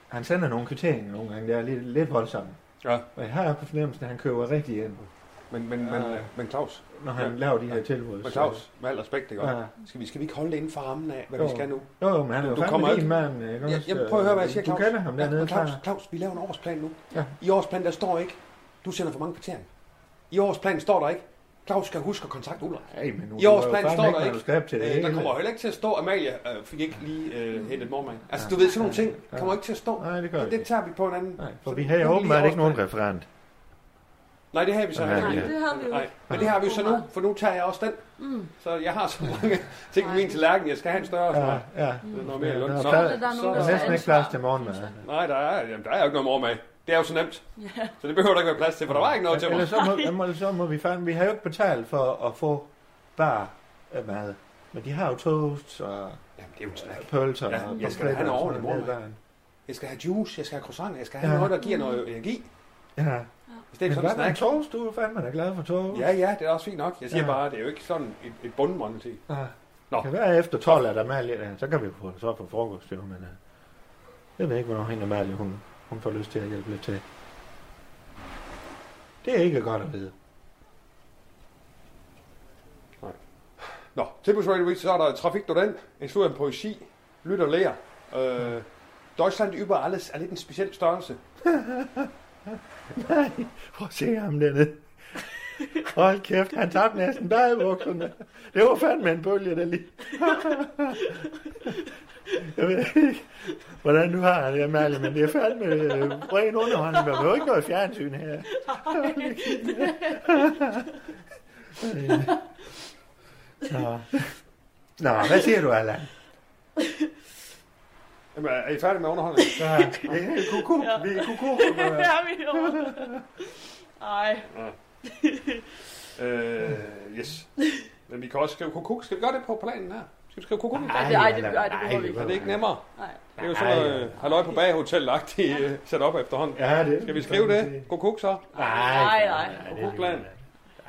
han sender nogle kvitteringer nogle gange. Det er lidt, lidt voldsomt. Ja. Og jeg har på fornemmelsen, at han køber rigtig ind, men, men, men, Ja. men Claus, når han Ja. ja. laver de her Ja. tilbud. men Claus, med al respekt, ikke? Så, Ja. ja. Skal, vi, skal vi ikke holde det inden for rammen af, hvad Jo. vi skal nu? Jo, jo, men han er jo Du fandme kommer din ikke- mand. Ikke? Ja, også? jamen, prøv at høre, hvad jeg siger, Du Claus. kender ham Ja, dernede men fra. Claus, Claus, vi laver en årsplan nu. Ja. I årsplanen, der står ikke, du sender for mange kvarteringer. I årsplanen står der ikke, Claus skal huske at kontakte Ulrik. Ej, men nu I du har jo årsplanen står fandme der ikke. manuskript til det. Øh, der hele. kommer jo heller ikke til at stå, Amalie øh, fik ikke lige øh, hentet mormand. Altså, du ved, sådan nogle ting Ja. kommer ikke til at stå. Nej, det gør Det, det ikke. tager vi på en anden. Nej, for Så vi nu har er jo lige åbenbart ikke nogen årsplan. referent. Nej, det har vi så Nej, heller Nej, ikke. ja. det har vi jo Nej, ikke. men det har vi så nu, for nu tager jeg også den. Mm. Så jeg har så mange (laughs) ting på Nej. min tallerken, jeg skal have en større. Ja, Ja. ja. Det er noget mere Ja, løn. der er Så, Der, plads- der, der er så- nogen, Der er næsten ikke plads til morgenmad. nej, der er, jamen, der er jo ikke noget mor med. Det er jo så nemt. Ja. Så det behøver der ikke være plads til, for der var ikke noget til mig. Eller så må, jamen, så må vi fandme, vi har jo ikke betalt for at få bare øh, mad. Men de har jo toast og Jamen, det er jo en snack. pølser. Ja, og jeg skal da have en pomfritter og ordentlig sådan noget morgenmad. ned Jeg skal have juice, jeg skal have croissant, jeg skal have Ja. noget, der giver noget energi. ad vejen. Ja. I stedet for Men hvad sådan med en en snack. toast? Du er fandme da glad for toast. Ja, ja, det er også fint nok. Jeg siger Ja. bare, det er jo ikke sådan et, et bundmåltid. ja. Nå. Nå. Kan være efter 12 er der Malie, ja, så kan vi få, så få frokost, jo, men uh, jeg ved ikke, hvornår hende Malie, hun, hun får lyst til at hjælpe lidt til. Det er ikke godt at vide. Nå, tilbuds Radio Week, så er der Trafik Dodan, en studie af poesi, lyt og lærer. Øh, Deutschland über alles er lidt en speciel størrelse. Nej, prøv at se ham dernede. Hold kæft, han tabte næsten badebukserne. Det var fandme en bølge, der lige... Jeg ved ikke, hvordan du har det, Malle, men det er fandme øh, ren underholdning. Der er jo ikke noget fjernsyn her. (laughs) Øh. Nå. Nå, hvad siger du, Allan? Jamen, er I færdige med underholdning? Ja, øh, kuku, vi er kuku. (laughs) Det har vi jo. Ej. øh, yes. Men vi kan også skrive kukuk. Skal vi gøre det på planen her? Skal vi skrive kukuk? Ej, det- ej, det- ej, det behøver vi ikke. Er det ikke nemmere? Nej. Det er jo sådan noget øh, halløj på baghotel-agtigt øh, sat op efterhånden. Ja, det er Skal vi skrive det? Kukuk så? Nej, nej. God plan.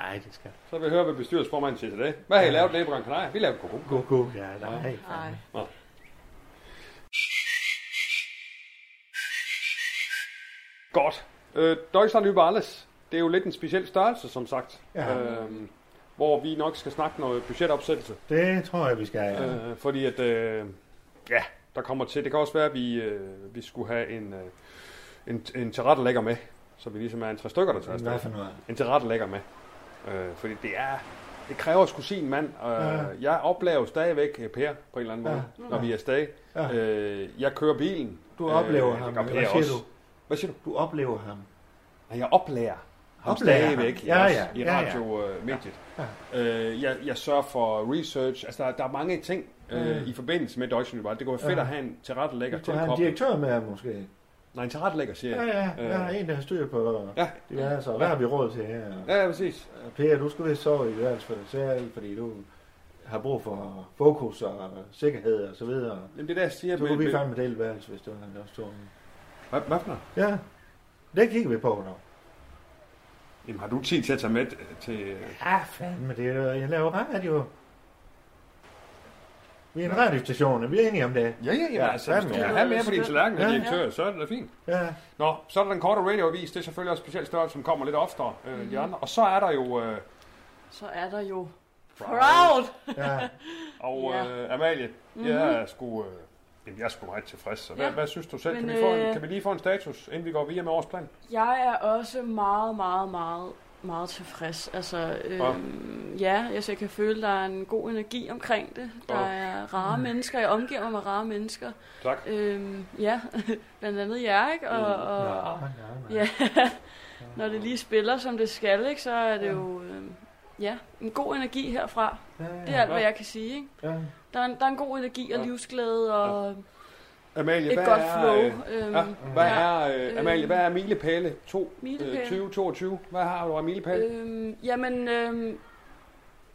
Nej, det skal Så vil vi høre, hvad bestyrelsesformanden siger til det. Hvad har I lavet nede på Gran Canaria? Vi lavede kukuk. Go, go. Ja, nej. Nej. Godt. Øh, Deutschland über alles. Det er jo lidt en speciel størrelse, som sagt. Ja. Øhm, hvor vi nok skal snakke noget budgetopsættelse. Det tror jeg, vi skal. Ja. Øh, fordi at, øh, ja, der kommer til, det kan også være, at vi, øh, vi skulle have en, øh, en, en tilrettelægger med, så vi ligesom er en tre stykker, der tager afsted. Hvad for noget? En tilrettelægger med. Øh, fordi det er, det kræver sgu sin mand. Øh, Ja. Jeg oplever stadigvæk øh, Per på en eller anden måde, Ja. når vi er stadig. Ja. Øh, jeg kører bilen. Du Øh, oplever det ham. gør Hvad Per siger også. du? Hvad siger du? Du oplever ham. Nej, jeg oplærer ham Oplærer ham. stadigvæk Ja, også ja, i ja, ja. radiomediet. Ja, Øh, jeg, jeg sørger for research. Altså, der, der er mange ting øh, Mm. i forbindelse med Deutsche Bank. Det kunne være fedt Ja. at have en tilrettelægger til Du skulle have en koble. direktør med ham, måske. Nej, en tilrettelægger, siger Ja, jeg. ja. Øh. Jeg har en, der har styr på Ja. diverse. og altså- Hvad har vi råd til her? Ja, ja, præcis. Per, du skal vist sove i værelse for dig selv, fordi du har brug for fokus og sikkerhed og så videre. Jamen, det er der, jeg siger. Så med- kunne vi med- fandme dele værelse, hvis det var han også tog. en. Hvad, hvad for noget? Ja, det kigger vi på nu. Jamen, har du tid til at tage med øh, t- til... Ja, fandme, det er, jeg laver radio. Vi er en radiostation, er vi enige om det? Ja, ja, ja. Ja, Altså, hvis fandme, du ja. kan have med på din tallerken, Ja. ja, direktør, så er det da fint. Ja, Nå, så er der den korte radioavis. Det er selvfølgelig også specielt størrelse, som kommer lidt oftere øh, Mm. end de andre. Og så er der jo... Øh, Så er der jo Proud. Proud. (laughs) ja. Og Ja. Mhm. øh, Amalie, mm-hmm. jeg er sgu... Øh, jamen, jeg er sgu meget tilfreds. Så hvad, Ja. hvad synes du selv? kan, Men, vi få en, øh, kan vi lige få en status, inden vi går videre med årsplan? Jeg er også meget, meget, meget meget tilfreds. Altså, øh, Og- ja, altså, jeg kan føle, der er en god energi omkring det. Der Og- er rare mennesker. Jeg omgiver mig med rare mennesker. Tak. Øh, ja, (laughs) blandt andet jer, ikke? Og, og, og, Ja, når det lige spiller, som det skal, ikke, så er det jo øh, ja, en god energi herfra. Det er alt, hvad jeg kan sige. Ikke? Ja. Der, er en, der er en god energi og Ja. livsglæde og Amalie, et hvad godt er, flow. øh, Øhm, ja, hvad ja. er, øh, Øh, Amalie, hvad er milepæle 2, Milepæle. 2022? Hvad har du af milepæle? Øhm, jamen, øhm,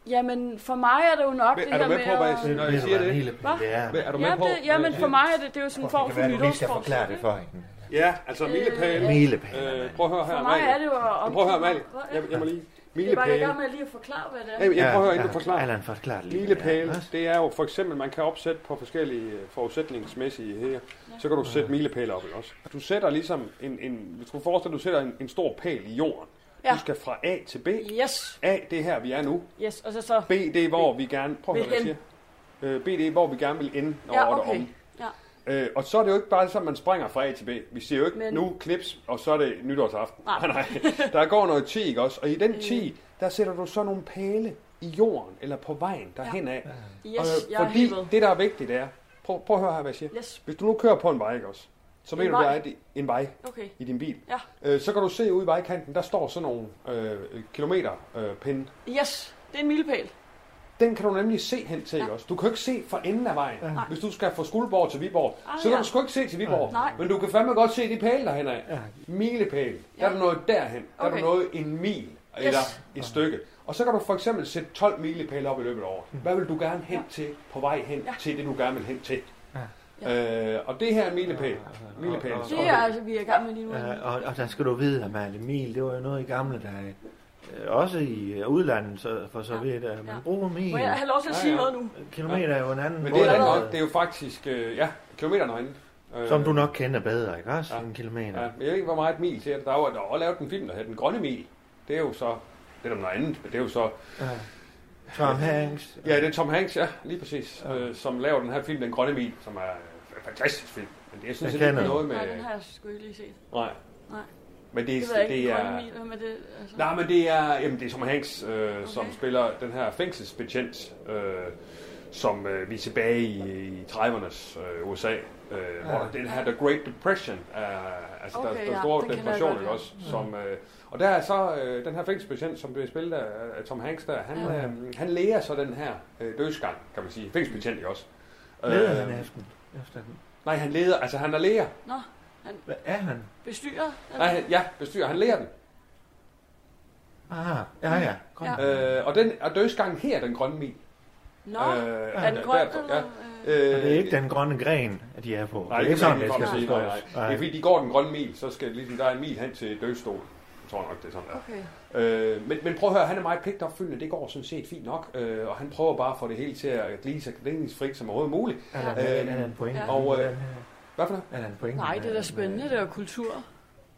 jamen, for mig er det jo nok Men det er du her med på, hvad jeg at... siger? Når jeg siger det. Hvad Er du med Ja, på? det, jamen, for mig er det, det er jo sådan en form det for kan være, du lige skal forklare det nytårsforsæt. for hende. Ja, altså milepæle. Milepæler. Øh, prøv at høre her, Øh, For mig er det Amalie. jo at Prøv at høre, Amalie. Hvor- Jeg, jeg må lige. Jeg er bare i Milepæle. gang med lige at forklare, hvad det er. Jeg, jeg prøver at høre, inden du forklare. forklarer. Allan, forklare det lige. Milepæle, Ja, også. det er jo for eksempel, man kan opsætte på forskellige øh, forudsætningsmæssige her. Så kan du sætte milepæle op, ikke også? Du sætter ligesom en, en hvis du forestiller dig, du sætter en, en stor pæl i jorden. Ja. Du skal fra A til B. Yes, A, det er her, vi er nu. yes, og så så... B, det er, hvor vi gerne... Prøv at høre, hvad jeg Vil siger. Øh, B, det er, hvor vi gerne vil ende, når Ja, året er okay. omme. Ja. Øh, og så er det jo ikke bare sådan, man springer fra A til B. Vi siger jo ikke, Men... Men- nu knips, og så er det nytårsaften. Nej. nej. Der går noget 10, ikke også? Og i (laughs) den 10, der sætter du så nogle pæle i jorden, eller på vejen derhen af. Yes, Og, øh, jeg er fordi helt med. det, der er vigtigt, er... Prøv, prøv at høre her, hvad jeg siger. Yes, Hvis du nu kører på en vej, ikke også? Så En ved du, der vej? er et- en vej okay. i din bil. Ja. Øh, så kan du se ude i vejkanten, der står sådan nogle øh, kilometerpinde. Øh, pinde. Yes, det er en milepæl. den kan du nemlig se hen til, ikke også? Du kan jo ikke se fra enden af vejen. Ja. Hvis du skal fra Skuldborg til Viborg, Ah, så kan ja. du sgu ikke se til Viborg. Nej. Men du kan fandme godt se de pæle derhen af. Ja. Milepæle. Der Ja. er der noget derhen. Der er Okay. der noget en mil eller et stykke. Og så kan du for eksempel sætte 12 milepæle op i løbet af året. Hvad vil du gerne hen til på vej hen Ja. til det, du gerne vil hen til? Øh, og det her er milepæl. Milepæl. Det er altså, vi er i gang med lige nu. Ja, Øh, og, og der skal du vide, Amalie Mil, det var jo noget i gamle dage. Øh, Også i øh, udlandet, så, for så Ja. vidt. at Man Ja. bruger mil. Må jeg have lov til at Ja, sige ja. noget nu? Kilometer er jo en anden Men det måde er, at rigtig gøre nok, det er jo faktisk, øh, ja, kilometer noget andet. Øh, Som du nok kender bedre, ikke også? Ja. Ja. En kilometer. Ja, men jeg ved ikke, hvor meget mil til det. Der er jo der er også lavet en film, der hedder Den Grønne Mil. Det er jo så... Det er da noget andet, men det er jo så... Ja. Tom Hanks. Ja, det er Tom Hanks, ja, lige præcis, øh, som laver den her film, Den Grønne Mil, som er øh, en fantastisk film. Men det er sådan Jeg set ikke kender noget med... Nej, den har jeg sgu ikke lige set. Nej. Nej. Men det, Det ved det, jeg ikke, det er... Grønne Mil, men det... Altså, Nej, men det er, jamen, det er Tom Hanks, øh, okay. som Okay. spiller den her fængselsbetjent, øh, som øh, vi er tilbage i, i 30'ernes øh, USA, øh, ja. hvor der- den her The Great Depression, er, altså okay, der, Okay, der ja, store den kender jeg depression, godt, ikke ja. Mm. også? Som, øh, og der er så øh, den her fængselsbetjent, som bliver spillet af, af Tom Hanks, der, han, Ja. øh, han lærer så den her øh, dødsgang, kan man sige. Fængselsbetjent, ikke også? Øh, Leder han efter den? efter den? nej, han leder, altså han er læger. Hvad er han? Bestyrer? Nej, han, ja, bestyrer, han lærer den. Ah, ja, ja. Godt. Ja. Øh, og, den, og dødsgangen her, den grønne mil. Nå, er den Øh, der- grøn, derfor- eller? Øh, øh, Men det er ikke den grønne gren, at de er på. Nej, det er ikke sådan, det skal sige. forstås. Nej, nej. Det er Nej. fordi, de går den grønne mil, så skal ligesom, der er en mil hen til dødstol. Jeg tror nok, det er sådan der. Okay. Øh, men, men prøv at høre, han er meget pligtopfyldende. Det går sådan set fint nok. Øh, og han prøver bare at få det hele til at glide så glidingsfrit som overhovedet muligt. Er Ja. der en- er der en pointe? Ja. Og, øh, Er Hvad for noget? der en pointe? Nej, med- det er da spændende, det er jo kultur.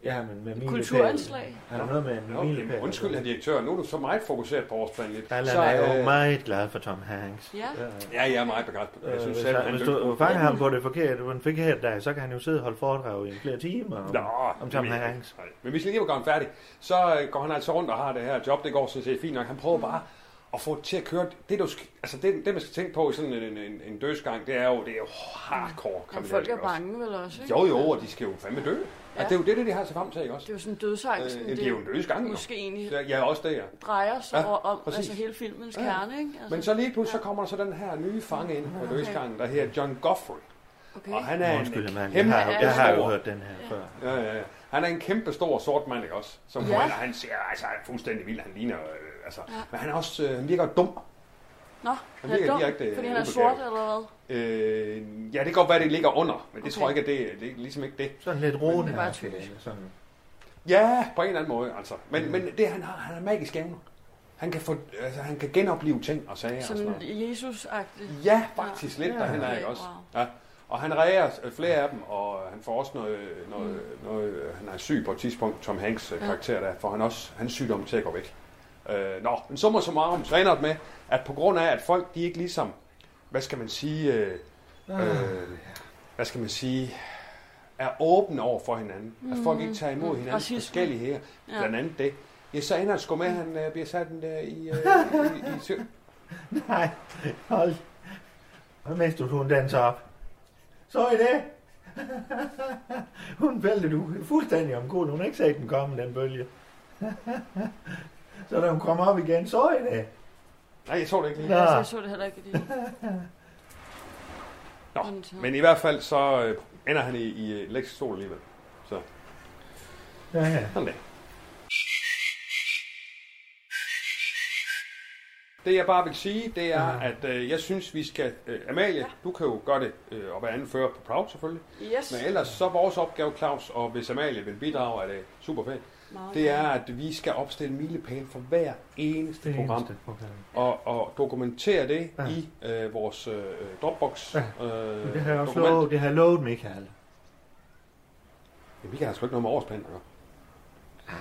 Ja, men med milepæl. Kulturanslag. Er der noget med en Nå, milepæl? jamen, undskyld, herr direktør. Nu er du så meget fokuseret på årsplan lidt. Allan så, øh, er jo meget glad for Tom Hanks. Ja, Ja, jeg er meget begejstret. Jeg synes Øh, selv, hvis, han hvis lykkes. du fanger ham på det forkerte, på den forkerte dag, så kan han jo sidde og holde foredrag i flere timer. Nå, om Tom men- Hanks. Nej, Men hvis vi lige var gået færdig, så øh, går han altså rundt og har det her job. Det går sådan set fint nok. Han Mm. prøver bare at få det til at køre... Det, du sk- altså det, det man skal tænke på i sådan en, en, en, en dødsgang, det er jo, det er jo hardcore men kriminalitet. folk er ikke også? bange vel også, ikke? Jo, jo, og de skal jo fandme dø. Ja. Ja. Altså, det er jo det, det, de har sig frem til, ikke Det også? er jo sådan dødsangsten, Øh, det er jo en dødsgang, jo. måske egentlig Ja, ja også det, ja. drejer sig Ja, ja, om, præcis. altså hele filmens Ja, ja. kerne, ikke? Altså, Men så lige pludselig, så kommer der så den her nye fange ind på dødsgangen, der hedder John Goffrey. okay. Og han er Undskyld, en mand. Jeg kæmpe har, jeg har jo stor- hørt den her før. Ja, ja, ja. Han er en kæmpe stor sort mand, ikke også? Som Ja. ja. han, han ser, altså han er fuldstændig vild, han ligner, øh, altså, ja. men han er også, øh, han virker dum. Nå, han er virker dum, direkte fordi han er ubegavet. sort eller hvad? Øh, ja, det kan godt være, det ligger under, men det okay. Okay. tror jeg ikke, at det, det er ligesom ikke det. Sådan lidt Det roende. er bare her, typisk. Sådan. Ja, på en eller anden måde, altså. Men, mm. men det, han har, han er magisk evner. Han kan, få, altså, han kan genopleve ting og sager og sådan Sådan noget. Jesus-agtig. Ja, faktisk lidt, Ja. der han er, Okay, ikke også? wow. Ja. Og han reagerer øh, flere af dem, og han får også noget, noget, noget øh, han er syg på et tidspunkt, Tom Hanks øh, karakter der, får han også hans sygdom til at gå væk. Øh, nå, men summa summarum, så ender det med, at på grund af, at folk, de ikke ligesom, hvad skal man sige, øh, øh, hvad skal man sige, er åbne over for hinanden, at folk ikke tager imod hinandens Racisme. forskelligheder, Ja. blandt andet det, Jeg sagde, at han skulle med, han øh, bliver sat øh, i, øh, i, i, i sø. Nej, hold. Og mens du hun danser op. Så i det. hun væltede du fuldstændig om kul. Hun har ikke set den komme, den bølge. så da hun kom op igen, så i det. Nej, jeg så det ikke lige. Nå. Altså, jeg så det heller ikke lige. Nå, Men i hvert fald så øh, ender han i, i øh, elektrisk stol alligevel. Så Ja, ja. sådan det. Det jeg bare vil sige, det er, Ja. at øh, jeg synes, vi skal... Øh, Amalie, du kan jo gøre det øh, og være anfører på Proud selvfølgelig. Yes. Men ellers så er vores opgave, Claus, og hvis Amalie vil bidrage, er det super fedt. Meget Det er, at vi skal opstille milepæle for hver eneste program. program. og, og dokumentere det Ja. ja. i øh, vores øh, Dropbox. Ja. Ja. Men Øh, Det har jeg også dokument. lovet, det har jeg lovet, Michael. Ja, Michael har altså sgu ikke noget med årsplan at gøre.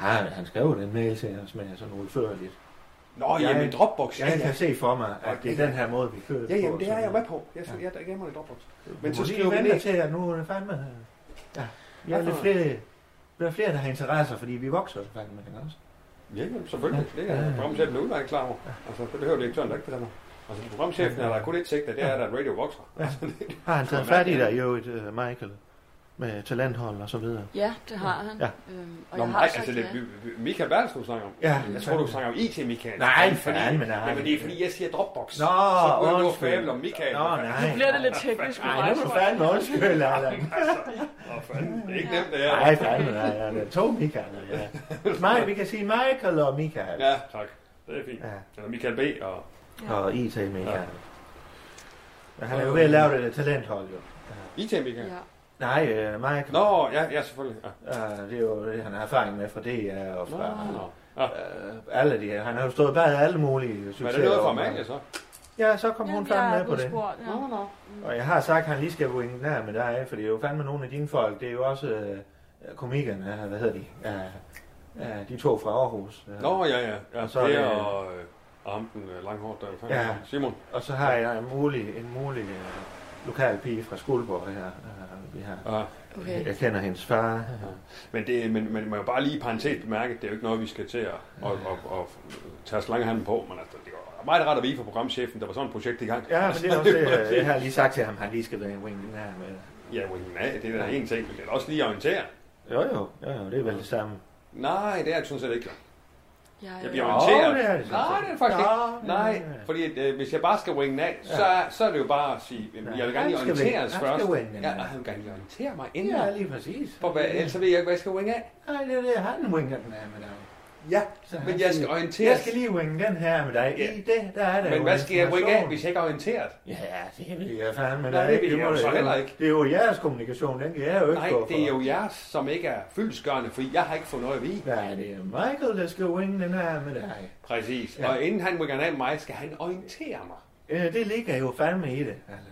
Ah, han skrev jo den mail til os med sådan udførligt. Nå, Ja, ja, jamen Dropbox. Ja, Jeg ja. kan se for mig, at Og det det er er- den her måde, vi kører det ja jamen, det så er jeg vi- med på. Jeg, jeg, jeg, jeg gemmer det i Dropbox. Men så skriver skriver vi vi ned ned. til, at nu er det fandme... Ja, vi er Hvad lidt for flere, bliver flere, der har interesser, fordi vi vokser jo fandme ikke også. Ja, jamen, selvfølgelig. Det Ja, ja, ja. er programchefen er udmærket klar over. Altså, det behøver direktøren da ikke betale. Altså, programchefen har der kun et sigte, det er, at radio vokser. Har han taget Tror jeg, fat i ja. dig jo et uh, Michael med talenthold og så videre? Ja, det har han. Ja. Øhm, og Nå, jeg men har nej, sagt altså, det ja. er vi- vi- Michael Bertelsen, du snakker om. Ja. Jeg tror, du snakker om IT-Michael. Nej, fordi, fanden, men nej. Jamen, det er fordi, jeg siger Dropbox. Nå, så begynder du at undskyld. fable om Michael. Nå, nej. Nu bliver det lidt teknisk for Nej, mig. nu er du fandme undskyld, (laughs) Allan. Åh, fanden. Det er ikke nemt, det her. Nej, fandme, nej, ja, det er to Michael, ja. Mig, vi kan sige Michael og Michael. Ja, tak. Det er fint. Ja. Eller Michael B. og... Og IT Michael. Ja. Ja. Han er jo ved at lave det der talenthold, jo. IT Michael. Ja. Ja. Nej, øh, Michael. Nå, ja, ja selvfølgelig. Ja. Øh, det er jo det, han har erfaring med fra DR og Nå, fra... nå. Øh, alle de her. Han har jo stået bag alle mulige succeser. Men er det noget for altså. Amalie så? Ja, så kom Jamen, hun jeg fandme er med på blevet det. Spurgt, ja. Nå, nå. Og jeg har sagt, at han lige skal gå ind nær med dig, for det er jo fandme nogle af dine folk. Det er jo også øh, komikerne, øh, hvad hedder de? Ja, ja, de to fra Aarhus. Øh. Nå, ja, ja. ja Og og så så er Per det- og, øh, og ham den øh, langhårdt der. Fanden. Ja. Simon. Og så har jeg en mulig, en mulig øh, lokal pige fra Skuldborg her. Øh, vi har. Ja. Okay. Jeg kender hendes far. Men, det, men, men man må bare lige i parentes bemærke, at det er jo ikke noget, vi skal til at og, og, og tage slangehandlen på. Men altså, det var meget rart at vide fra programchefen, der var sådan et projekt i (laughs) gang. Altså, Ja, men det er (laughs) også det, øh, jeg har lige sagt til ham, at han lige skal være en nær med. Ja, well, nej, det er da en ting, men det er da også lige at orientere. Jo, jo, jo, jo, det er vel det samme. Nej, det er det sådan set ikke. Jeg, Jeg bliver Nå, orienteret. det er det sådan Nej, set. det er det faktisk Nå, ikke. Nej, ja, ja. fordi øh, hvis jeg bare skal wing den af, så, så er det jo bare at sige, øh, jeg vil Han gerne lige skal wing- han orienteres skal først. wing den Ja, af. han vil gerne lige orientere mig inden. Ja, lige præcis. For hvad, altså? ellers så ved jeg ikke, hvad jeg skal wing af. Nej, det er det, han winger den her med dig. Ja, Så han men jeg skal siger, orienteres. Jeg skal lige winge den her med dig. Ja. I det, der er der men jo hvad skal jeg wing af, information. hvis jeg ikke er orienteret? Ja, det ved jeg Nej, fandme da det ikke. ved jeg må jo da- så heller ikke. Det er jo jeres kommunikation, den kan jeg jo ikke Nej, stå for. det er jo jeres, som ikke er fyldesgørende, fordi jeg har ikke fået noget at vide. Nej, det er Michael, der skal winge den her med dig. Præcis. Ja. Og inden han winger den af mig, skal han orientere mig. Øh, Det ligger jo fandme i det. Allan.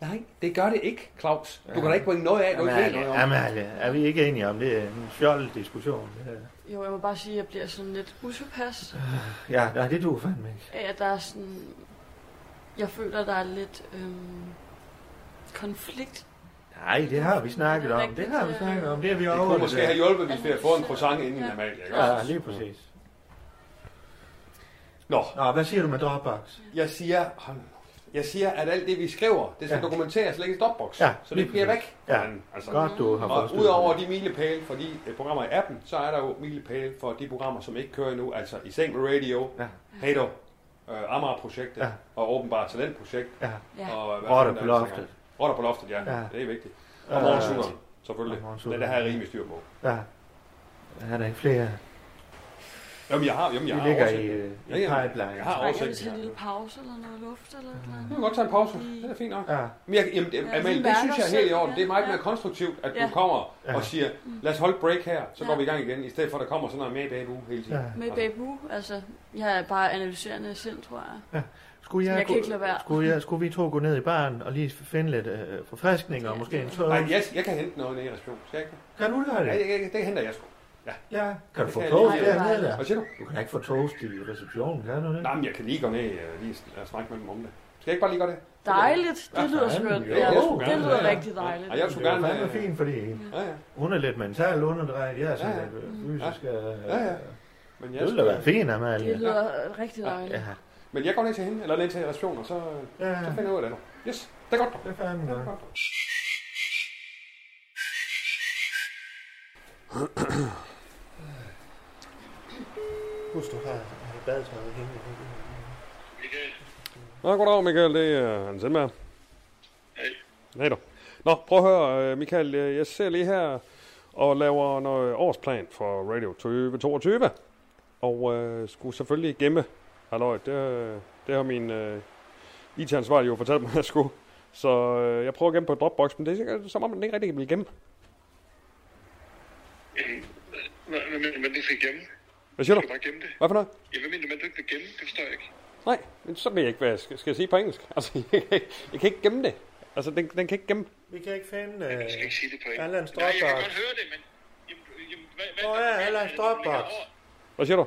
Nej, det gør det ikke, Claus. Du kan da ikke winge noget af, du ikke ved noget Amalie, om. Amalie, er vi ikke enige om, det er en fjollet diskussion? det her? jo, jeg må bare sige, at jeg bliver sådan lidt utilpas Ja, nej, det du fandme ikke. af, at der er sådan... Jeg føler, der er lidt øhm, konflikt. Nej, det har vi snakket om. Det har vi snakket om. Det har vi Det kunne over måske have hjulpet, hvis vi havde fået en croissant inden Ja. Amalie. ikke øh, Ja, også? lige præcis. Nå, Nå, hvad siger du med Dropbox? Jeg siger, hold nu. jeg siger, at alt det, vi skriver, det skal Ja. ja. dokumenteres lægges i Dropbox. Ja, så lige det bliver præcis. væk. Ja. Men, altså, Godt, du har Og forstået udover de milepæle for de øh, programmer i appen, så er der jo milepæle for de programmer, som ikke kører endnu. Altså I Seng med Radio, Ja. ja. Hato, øh, Amager-projektet Ja. ja. og Åbenbart Talent-projekt. Ja, Ja. Og, hvad Rotter fanden på der ellers er loftet. gang. Rotter på loftet, ja. Ja. ja. Det er vigtigt. Øh, Og Morgensutteren, selvfølgelig. og Det, Morgensutteren. det har jeg rimelig styr på. ja. Er der ikke flere? Jamen, jeg har, jamen, jeg Det har ligger i, overset det. øh, i Ja, jamen, pipeline. Jeg har Trænger overset vi til en det. lille pause eller noget luft eller et eller Vi andet? kan godt tage en pause. Det er fint nok. Ja. Men jeg, jamen, det, Ja, ja, men, vi det synes mærker jeg er helt i selv, orden. ja. Det er meget Ja. mere konstruktivt, at Ja. du kommer Ja. og siger, lad os holde break her, så Ja. går vi i gang igen, i stedet for at der kommer sådan noget med bag uge hele tiden. Ja. Med babu, altså, jeg er bare analyserende selv, tror jeg. Skulle, jeg, Jeg kan gå- ikke lade være. Skulle, jeg, skulle vi to gå ned i baren og lige finde lidt øh, forfriskning og Ja. måske en tog? Nej, jeg, jeg kan hente noget nede i reception, skal jeg ikke? Kan du gøre Ja, det? jeg, jeg, det henter jeg sgu. Ja. Kan du få Det kan jeg toast lige. dernede? eller? Hvad siger du? Du kan da ikke få toast i receptionen, kan du det? Nej, men jeg kan lige gå ned og lige øh, snakke med dem om det. Skal jeg ikke bare lige gøre det? Dejligt, det Ja, lyder fanden, skønt. jo. Ja, Jeg skulle det gerne lyder være. rigtig dejligt. Ja, jeg Det skulle er jo gerne... fandme øh, fint, fordi Ja, ja. hun er lidt mentalt underdrejet. Jeg er sådan Ja, ja. lidt øh, fysisk. øh, Ja, ja. Men Det jeg, ville da være fint, Det Amalie. lyder øh, rigtig dejligt. Ja, men jeg går ned til hende, eller ned til receptionen, og så, ja, så finder jeg ud af det nu. Yes, det er godt. det er fandme Det er godt. godt. Husk, du har, har badetøjet hængende. Nå, goddag Michael, det er Hans Sindberg. Hej. Hej du. Nå, prøv at høre øh, Michael, øh, jeg ser lige her og laver noget årsplan for Radio 2022. Og øh, skulle selvfølgelig gemme halløjet, det, øh, det har min øh, IT-ansvarlig jo fortalt mig, at jeg skulle. Så øh, jeg prøver at gemme på Dropbox, men det er sikkert som om, den ikke rigtig kan blive gemt. Jamen, nej, hvad mener du, man ikke skal gemme? Hvad siger Du du? kan bare gemme det. Hvad for noget? Ja, hvad mener du, man ikke skal gemme? Det forstår jeg ikke. Nej, men så ved jeg ikke, hvad jeg skal, skal jeg sige på engelsk. Altså, (laughs) jeg, kan ikke- jeg kan ikke gemme det. Altså, den, den kan ikke gemme. Vi kan ikke finde... øh, Du skal ikke sige det på en. Allands Nej, jeg kan Dropbox. godt høre det, men... Jamen, du- jamen, hvad, hvad, Hvor er hvad- Allands hvad- hvad- Dropbox? Hvad siger du?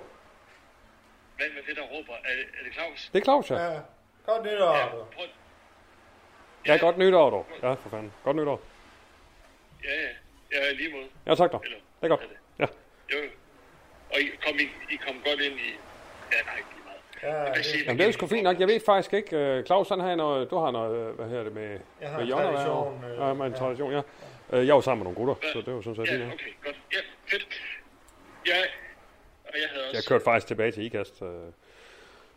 Hvad med det, der råber? Er, det- er det Claus? Det er Claus, ja. Ja, godt nytår, du. Prøv, Ja, godt nytår, dog. Ja, for fanden. Godt nytår. ja, ja. Ja, i lige måde. Ja, tak dog. Eller, Det er godt. Ja. jo. jo. Og I kom, I, I kom godt ind i... Ja, nej, ikke lige meget. Ja, Hvad siger I? Jamen, det er jo sgu fint nok. Jeg ved faktisk ikke. øh, Claus, han har jeg noget, du har noget, øh, hvad hedder det, med, Jeg har med en Jonna, hvad er tradition, det? øh, Ja, med en tradition, ja. Øh, Jeg er jo sammen med nogle gutter, så det er jo sådan set fint. Ja, nok. okay, godt. Ja, fedt. Ja, og jeg havde også... Jeg kørte faktisk tilbage til IKAST. øh,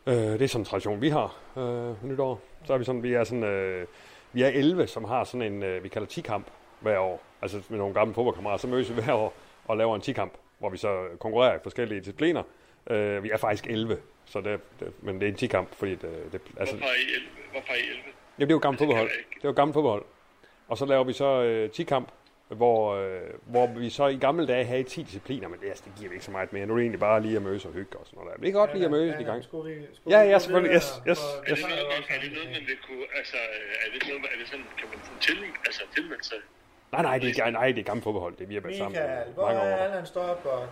øh, Det er sådan en tradition, vi har øh, nytår. Så er vi sådan, vi er sådan, øh, vi er 11, som har sådan en, øh, vi kalder 10-kamp hver år. Altså med nogle gamle fodboldkammerater, så mødes vi hver år og laver en 10-kamp, hvor vi så konkurrerer i forskellige discipliner. Øh, Vi er faktisk 11, så det, det, men det er en 10-kamp, fordi det, det altså, Hvorfor er I 11? Hvorfor er I 11? Jamen, det er jo gammelt Det kan fodboldhold. jeg ikke. Det er jo gammelt fodboldhold. Og så laver vi så øh, 10-kamp, hvor, øh, hvor vi så i gamle dage havde 10 discipliner, men det, altså, det giver vi ikke så meget mere. Nu er det egentlig bare lige at mødes og hygge og sådan noget. der. Men det kan godt lige at mødes i gang. Ja, ja, selvfølgelig. Yes, yes, Er yes. det, noget, man, er det noget, man vil kunne, altså, øh, er det noget, man- er det sådan, kan man sådan til, altså, tilmelde sig? Nej, nej, det er, nej, det er gammelt fodboldhold. Det er vi har været sammen Michael, i hvor mange er år. Allands Dropbox?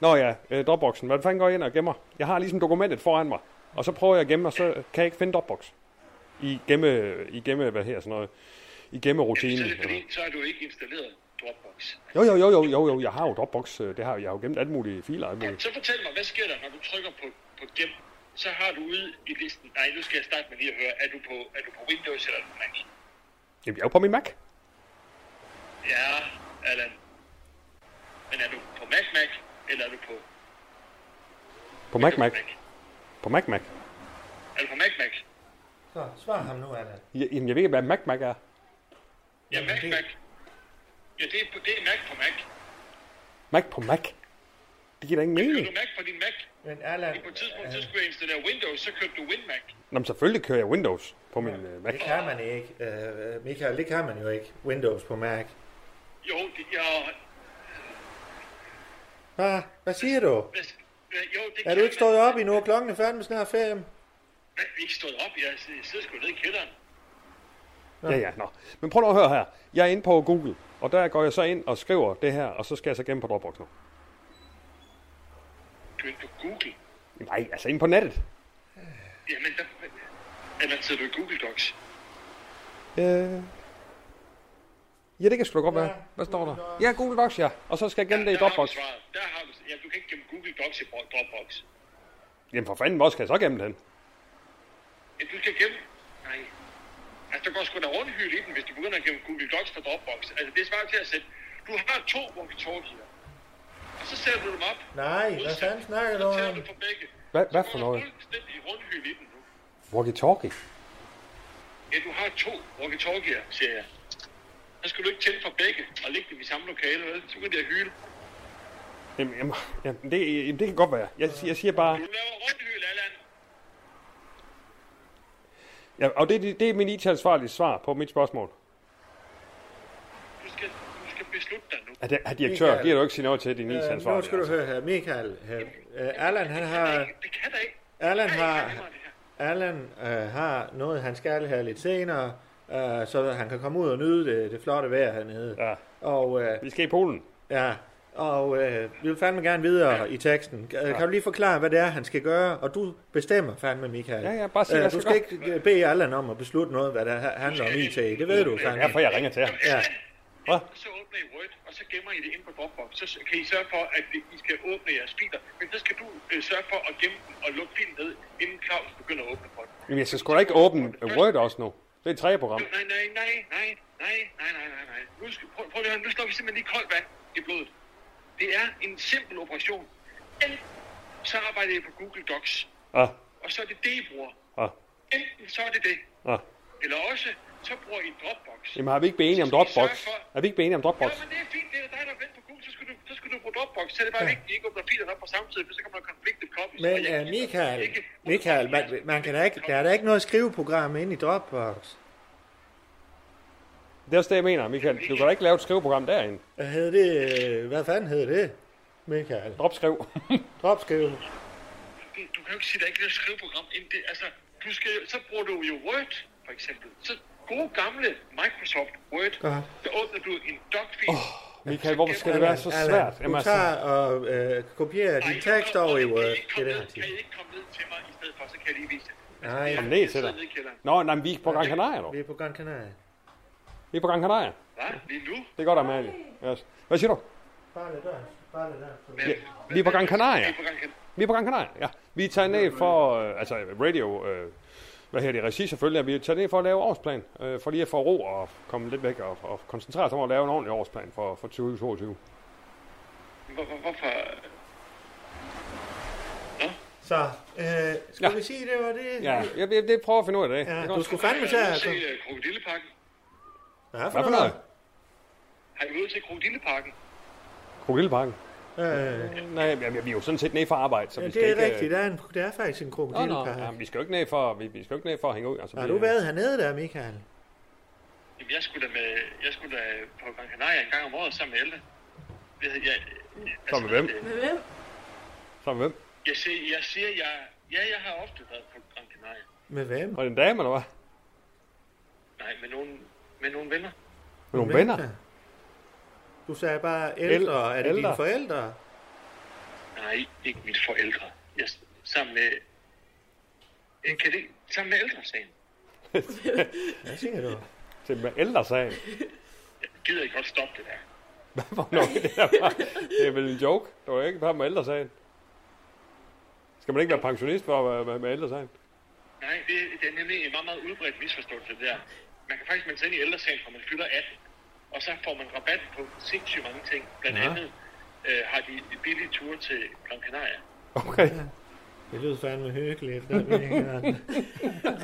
Nå ja, øh, dropboxen. Hvad fanden går jeg ind og gemmer? Jeg har ligesom dokumentet foran mig, og så prøver jeg at gemme, og så kan jeg ikke finde dropbox. I gemme, i gemme hvad her sådan noget, i gemme Jamen, så, rutinen. er det fordi, så har du ikke installeret Dropbox. Jo, jo, jo, jo, jo, jo, jeg har jo Dropbox. øh, Det har jeg jeg har jo gemt alle mulige filer. Alle mulige. Så fortæl mig, hvad sker der, når du trykker på, på gem? Så har du ude i listen, nej, nu skal jeg starte med lige at høre, er du på, er du på Windows eller er du på Mac? Jamen, jeg er jo på min Mac. Ja, Allan. Men er du på Mac Mac, eller er du på På Mac Mac. Mac? På Mac Mac. Er du på Mac Mac? Så, svar ham nu, Allan. Ja, Jamen, jeg ved ikke, hvad Mac Mac er. Ja, Mac det- Mac. Ja, det er, på, det er Mac på Mac. Mac på Mac. Det giver da ingen Kører mening. du Mac på din Mac? Men Allan, På et tidspunkt, så skulle jeg installere Windows, så kørte du WinMac. Nå, men selvfølgelig kører jeg Windows på min øh, Mac. det kan man ikke. Øh, Michael, det kan man jo ikke. Windows på Mac. Jo, det, jeg, Hva? Hvad siger du? hvad sk- øh, jo, det Er du kan ikke man. stået op endnu? Klokken er fandme snart fem. Hvad, ikke stået op? Jeg sidder- jeg sidder sgu nede i kælderen. Ja, ja, nå. Men prøv nu at høre her. Jeg er inde på Google, og der går jeg så ind og skriver det her, og så skal jeg så gemme på Dropbox nu. Du er inde på Google. Nej, altså inde på nettet. Jamen, der, eller sidder du i Google Docs? Øh... Ja, det kan sgu da godt være. Hvad står der? Ja, Google Docs, ja. Og så skal jeg gemme det i Der har du Dropbox. svaret. Der har du, ja, du kan ikke gemme Google Docs i Bro- Dropbox. Jamen for fanden, hvor skal jeg så gemme den? Ja, du skal gemme... Nej. Altså, der går sgu da rundhyld i den, hvis du begynder at gemme Google Docs på Dropbox. Altså, det svarer til at sætte... Du har to walkie-talkier. Og så sætter du dem op. Nej, hvad Udsat. fanden snakker du Så tager om? Øh, du på begge. Hvad, hvad Så for går noget? der fuldstændig rundhyld i den nu. Walkie-talkie? Ja, du har to walkie-talkier, siger jeg. Så skal du ikke tænde for begge og lægge dem i samme lokale, vel? Så kan de at hyle. Jamen, jamen, jamen, det, jamen, det kan godt være. Jeg, siger- jeg siger bare... Du laver rundhyld, Allan. Ja, og det, det, det er min IT-ansvarlige svar på mit spørgsmål. Du skal, du skal beslutte dig nu. Er, det, er direktør, Michael. giver du ikke sige noget til din Øh, IT-ansvarlige? Altså, Nu skal du høre her. Michael, her. Øh, Allan, han har... Det kan da ikke. Allan Nej, har... det kan det her. Allan øh, har noget, han skal her lidt senere, øh, så han kan komme ud og nyde det, det flotte vejr hernede. Ja. Og, øh, Vi skal i Polen. ja, og øh, vi vil fandme gerne videre i teksten. Øh, Kan du lige forklare, hvad det er, han skal gøre? Og du bestemmer fandme, Michael. Ja, ja, bare sig, Øh, hvad Du jeg skal skal ikke øh, bede Allan om at beslutte noget, hvad der ha- handler om IT. Det ved du Ja, fandme. for jeg ringer til ham. Ja, Hvad? Og så åbner I Word, og så gemmer I det inde på Dropbox. Så s- kan I sørge for, at det- I skal åbne jeres filer. Men så skal du øh, sørge for at gemme den og lukke filen ned, inden Claus begynder at åbne for den. Jamen, jeg skal sgu da ikke åbne Word også nu. Det er et tredje program. Nej, nej, nej, nej, nej, nej, nej, nej, nej. Nu, skal, prøv, prøv lige at høre, nu slår vi simpelthen lige koldt vand i blodet. Det er en simpel operation. Enten så arbejder I på Google Docs, Ah. Ja, og så er det det, I bruger. ja, Enten så er det det, Ah. ja. eller også så bruger I Dropbox. Jamen, har vi ikke blevet enige om Dropbox? Er vi ikke blevet enige om Dropbox? Ja, men det er fint, det er dig, der venter på Google, så skal du, så skal du bruge Dropbox. Så er det bare vigtigt, at I ikke åbner filerne op på samme tid, for så kan man konflikte copies. Men Og jeg uh, gider Michael, ikke- Michael man, man kan da ikke, der er da ikke noget skriveprogram inde i Dropbox. Det er også det, jeg mener, Michael. Du kan da ikke lave et skriveprogram derinde. Hvad hedder det? øh, Hvad fanden hedder det, Michael? Dropskriv. Dropskrive. du, du kan jo ikke sige, at der ikke er et skriveprogram ind. Det, altså, du skal, jo- så bruger du jo Word, for eksempel. Så gode gamle Microsoft Word, Godt. så åbner du en doc-fil. Oh, Michael, hvorfor skal det være så Allan, svært? Jamen, Du altså, tager og øh, kopierer din tekst over Kan i Word. I Det er det, han ikke komme ned- kan I siger. ikke komme ned til mig i stedet for, så kan jeg lige vise det. Nej, kom ned Jeg til sidder dig. nede i kælderen. Nå, nej, men vi er på Gran Canaria nu. vi er på Gran Canaria. Vi er på Gran Canaria. Hvad? Lige nu? Det er godt, Amalie. Yes. Hvad siger du? Bare lidt der. Bare lidt der. Men, Ja, vi er på Gran Canaria. Vi er på Gran Canaria. Vi er på Gran Canaria, ja. Vi er taget ned for, øh, altså radio, øh, hvad hedder det, regi selvfølgelig, og vi er taget ned for at lave årsplan, øh, for lige at få ro og komme lidt væk og, og koncentrere os om at lave en ordentlig årsplan for, for 2022. Hvor, hvor, hvorfor? Så, øh, skal Ja. ja. vi sige, det var det? Ja, jeg, jeg, det prøver at finde ud af det. ja det du skulle fandme Har I tage... ude til øh, krokodilleparken? Hvad Hvad for noget? Har I ude til krokodilleparken? Krokodilleparken. Øh, Nej, jamen, vi er jo sådan set ned for arbejde, så vi ja, skal det ikke... er øh, rigtigt. Der er, en, der er faktisk en Nå, nå, krokodilpark. jamen, vi skal jo ikke ned for, vi, vi skal jo ikke ned for at hænge ud. Altså, Har vi- du været hernede der, Michael? Jamen, jeg skulle da, med, jeg skulle da på Gran Canaria en gang om året sammen med Elde. Jeg, jeg, Sammen med hvem? øh, Med hvem? Sammen med hvem? altså, Jeg siger, jeg siger jeg, ja, jeg har ofte været på Gran Canaria. Med hvem? Var det en dame, eller hvad? Nej, med nogle, med nogle venner. Med nogle venner? Du sagde bare ældre. Er det ældre. dine forældre? Nej, ikke mine forældre. Jeg, sammen med... Øh, Kan det, sammen med ældresagen. Hvad siger du? Til med (laughs) ældresagen. Jeg gider ikke godt stoppe det der. Hvor nok det der var. Det er vel en joke. Det var ikke bare med ældresagen. Skal man ikke være pensionist for at være- være med ældresagen? Nej, det, det er nemlig en meget, meget udbredt misforståelse, det der. Man kan faktisk melde sig ind i ældresagen, når man fylder 18. Og så får man rabat på sindssygt mange ting. Blandt Ja. ja. andet øh, har de billige ture til Gran Canaria. Okay. Det lyder fandme hyggeligt. der, Michael.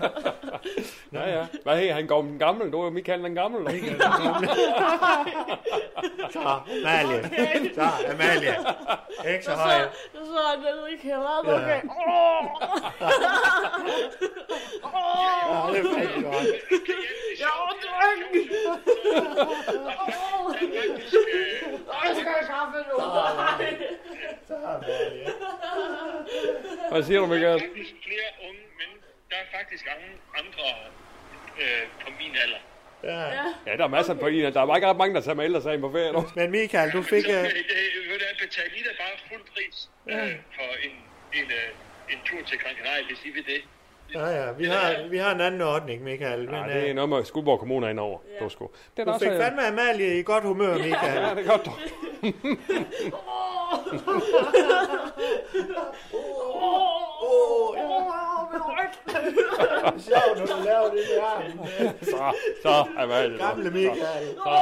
(laughs) Ja, ja. Hvad hedder han? Går den gamle? Du er jo Michael den gamle. Michael. Så, Amalie. Okay. Så, Amalie. Ikke så Så, (laughs) høj. så sidder han nede i kælderen, okay. Ja. Åh, Ja, det er fandme godt. jeg er drømt! Åh, jeg skal have kaffe nu! Så, Amalie. Hvad siger du, Michael? faktisk flere unge, men der er faktisk andre, andre øh, på min alder. Ja. Ja, der er masser på en. Der er bare ikke ret mange, der tager med ældresagen på ferie. Nu. Men Michael, du fik... Så øh, øh, (laughs) det- ved du hvad, betal lige da bare fuld pris øh, for en, en, øh, en tur til Gran Canaria, hvis I vil det. Ja, ja, vi har, vi har en anden ordning, Michael. Men, Nej, det er øh, noget med Skuldborg Kommune er inde over. Det var sgu. Det er da du også... fik øh, fandme Amalie i godt humør, (laughs) Michael. Ja, det er godt. dog. Åh, ja. Sjovt, når du laver det der. Så, så er hvad er det? Gamle Så, Michael. så.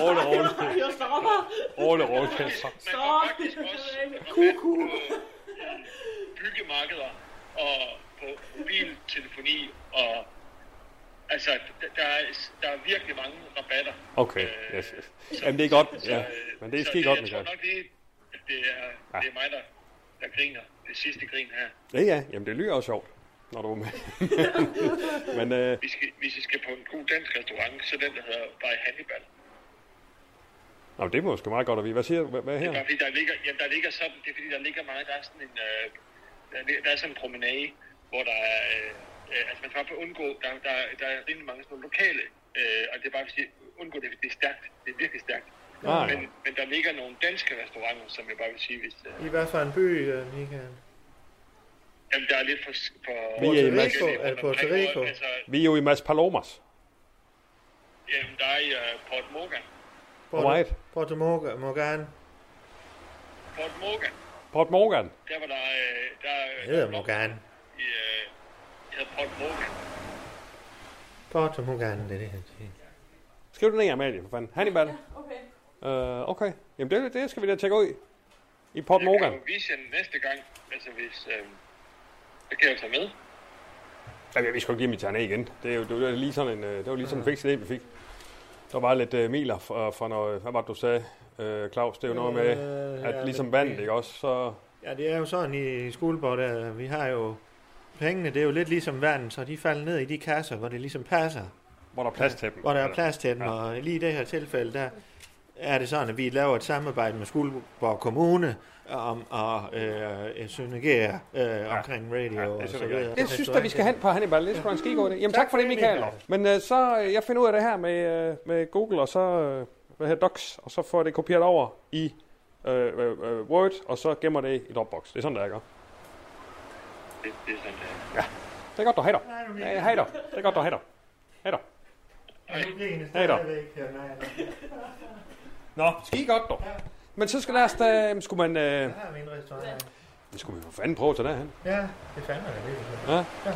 Rolig, rolig. Jeg stopper! Rolig, rolig. Så. Man får faktisk også rabat på øh, byggemarkeder og på mobiltelefoni og altså der, der, er, der er virkelig mange rabatter. Okay, Øh, yes, yes. Jamen, det er godt. Så, Ja. øh, Men det er så skide godt, Jeg tror Michael. nok lige, at det er, Ja. det er mig, der, der griner. Det sidste grin her. Ja, ja. Jamen, det lyder også sjovt, når du er (laughs) med. Men øh, Hvis, I- hvis I skal på en god dansk restaurant, så den, der hedder By Hannibal. Nå, det må sgu meget godt at vide. Hvad siger du? Hvad, hvad Det er her? bare fordi, der ligger, jamen, der ligger sådan, det er fordi, der ligger meget, der er sådan en, øh, der, li- der er sådan en promenade, hvor der er, øh, øh, altså man skal bare undgå, der, der, der er rimelig mange sådan nogle lokale, øh, og det er bare fordi, undgå det, fordi det er stærkt, det er virkelig stærkt. Nej. Men, men der ligger nogle danske restauranter, som jeg bare vil sige, hvis, øh, I hvad for en by, øh, Michael? jamen, der er lidt for... for Vi er i Puerto Rico? Mexico. Er det Puerto Rico? Altså, Vi er jo i Mas Palomas. jamen, der er i øh, Port Morgan. Porto, Alright. Porto Morgan. Morgan. Fort Morgan, Port Morgan. der var der... Øh, der Det hedder Morgan. I, øh, jeg hedder Fort Morgan. Porto Morgan, det er det, han siger. Skriv den ned, Amalie, for fanden. Hannibal. Okay. Øh, okay. Jamen, det, det skal vi da tjekke ud. I Port Jeg kan Morgan. jo vise jer næste gang, altså hvis... Øh, så kan jeg jo tage med. Jamen, jeg vidste sgu ikke lige, om vi tager ned igen. Det, er jo- det, var lige sådan en, øh, det var lige sådan en fix idé, vi fik. Der var lidt øh, miler fra, fra noget, hvad var det, du sagde, øh, Claus? Det er jo noget med, Øh, at ja, ligesom men- vandet, ikke også? Så, Ja, det er jo sådan i skoleborg, der vi har jo pengene, det er jo lidt ligesom verden, så de falder ned i de kasser, hvor det ligesom passer, hvor der er plads til dem. hvor der er plads til dem, Ja. og lige i det her tilfælde, der er det sådan, at vi laver et samarbejde med Skuldborg Kommune om at øh, synergere øh, omkring radio Ja, det og så synergerer. videre. Jeg synes, at vi skal hen på Hannibal. Det skulle en skigå det. Jamen tak, Tak for det, for det, Michael. Michael. Men øh, så, øh, jeg finder ud af det her med, øh, med Google, og så, øh, hvad hedder Docs, og så får jeg det kopieret over i øh, øh, øh, Word, og så gemmer det i Dropbox. Det er sådan, det er, ikke? Det Det, det er sådan, det er. er godt, du hater. Ja, hater. Det er godt, du hater. Hater. Hej da. Nå, skig godt, dog. Men så skal der os da, jamen, skulle man, øh, det skulle man for fanden prøve at tage derhen. Ja, det fandme er det.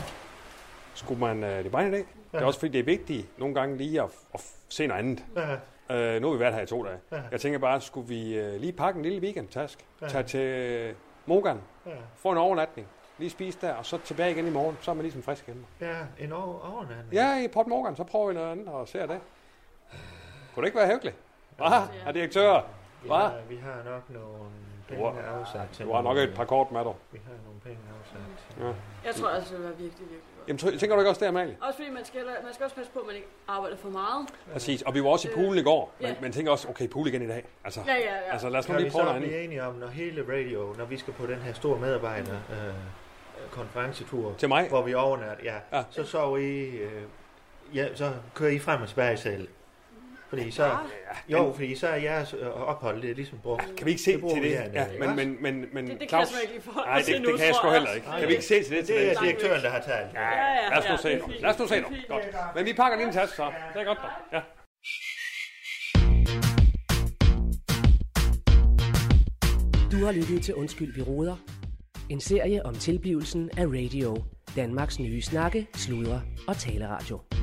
Skulle man, øh, det er bare en dag. Det er også fordi, det er vigtigt nogle gange lige at, at se noget andet. Ja, Øh, nu har vi været her i to dage. Ja. Jeg tænker bare, skulle vi øh, lige pakke en lille weekendtask? Ja. Tage til øh, Mogan, ja, få en overnatning, lige spise der, og så tilbage igen i morgen. Så er man ligesom frisk igen. ja, en over, overnatning. Ja, i Port Morgan, så prøver vi noget andet og ser det. Kunne det ikke være hyggeligt? Hva? Herr direktør? Vi Hva? har, vi har nok nogle penge afsat til. Du har nok nogle- et par kort med dig. Vi har nogle penge afsat til. Ja. Jeg tror altså, det vil være virkelig, virkelig godt. Jamen, tr- tænker du ikke også det, Amalie? Også fordi man skal, heller- man skal også passe på, at man ikke arbejder for meget. Præcis, og vi var også i poolen i går, men, Øh, Ja. men tænker også, okay, pool igen i dag. Altså, Ja, ja, ja. altså lad os nu Kan vi lige prøve noget så andet. blive enige om, når hele radio, når vi skal på den her store medarbejder øh, konferencetur, Til mig? hvor vi overnatter, ja, Ja. ja. så sover I, øh, ja, så kører I frem og tilbage selv. Fordi så, jo, fordi så er jeres øh, ophold det er ligesom brugt. Kan vi ikke se Det bruger til vi det? hernede, Ja, ikke men, også? men, men, men Det- det kan Claus... jeg sgu ikke lige forholde Nej, mig til det, nu, det kan jeg tror sgu jeg. heller ikke. Kan vi ikke se til det? til Det er næste- direktøren, der har talt. Ja, Ja, ja, lad os nu ja, se det er nu. fint. Lad os nu se Det er nu. fint. Godt. Men vi pakker lige en taske, så. Det er godt nok. Ja. Du har lyttet til Undskyld, vi råder. En serie om tilblivelsen af radio. Danmarks nye snakke, sludre og taleradio.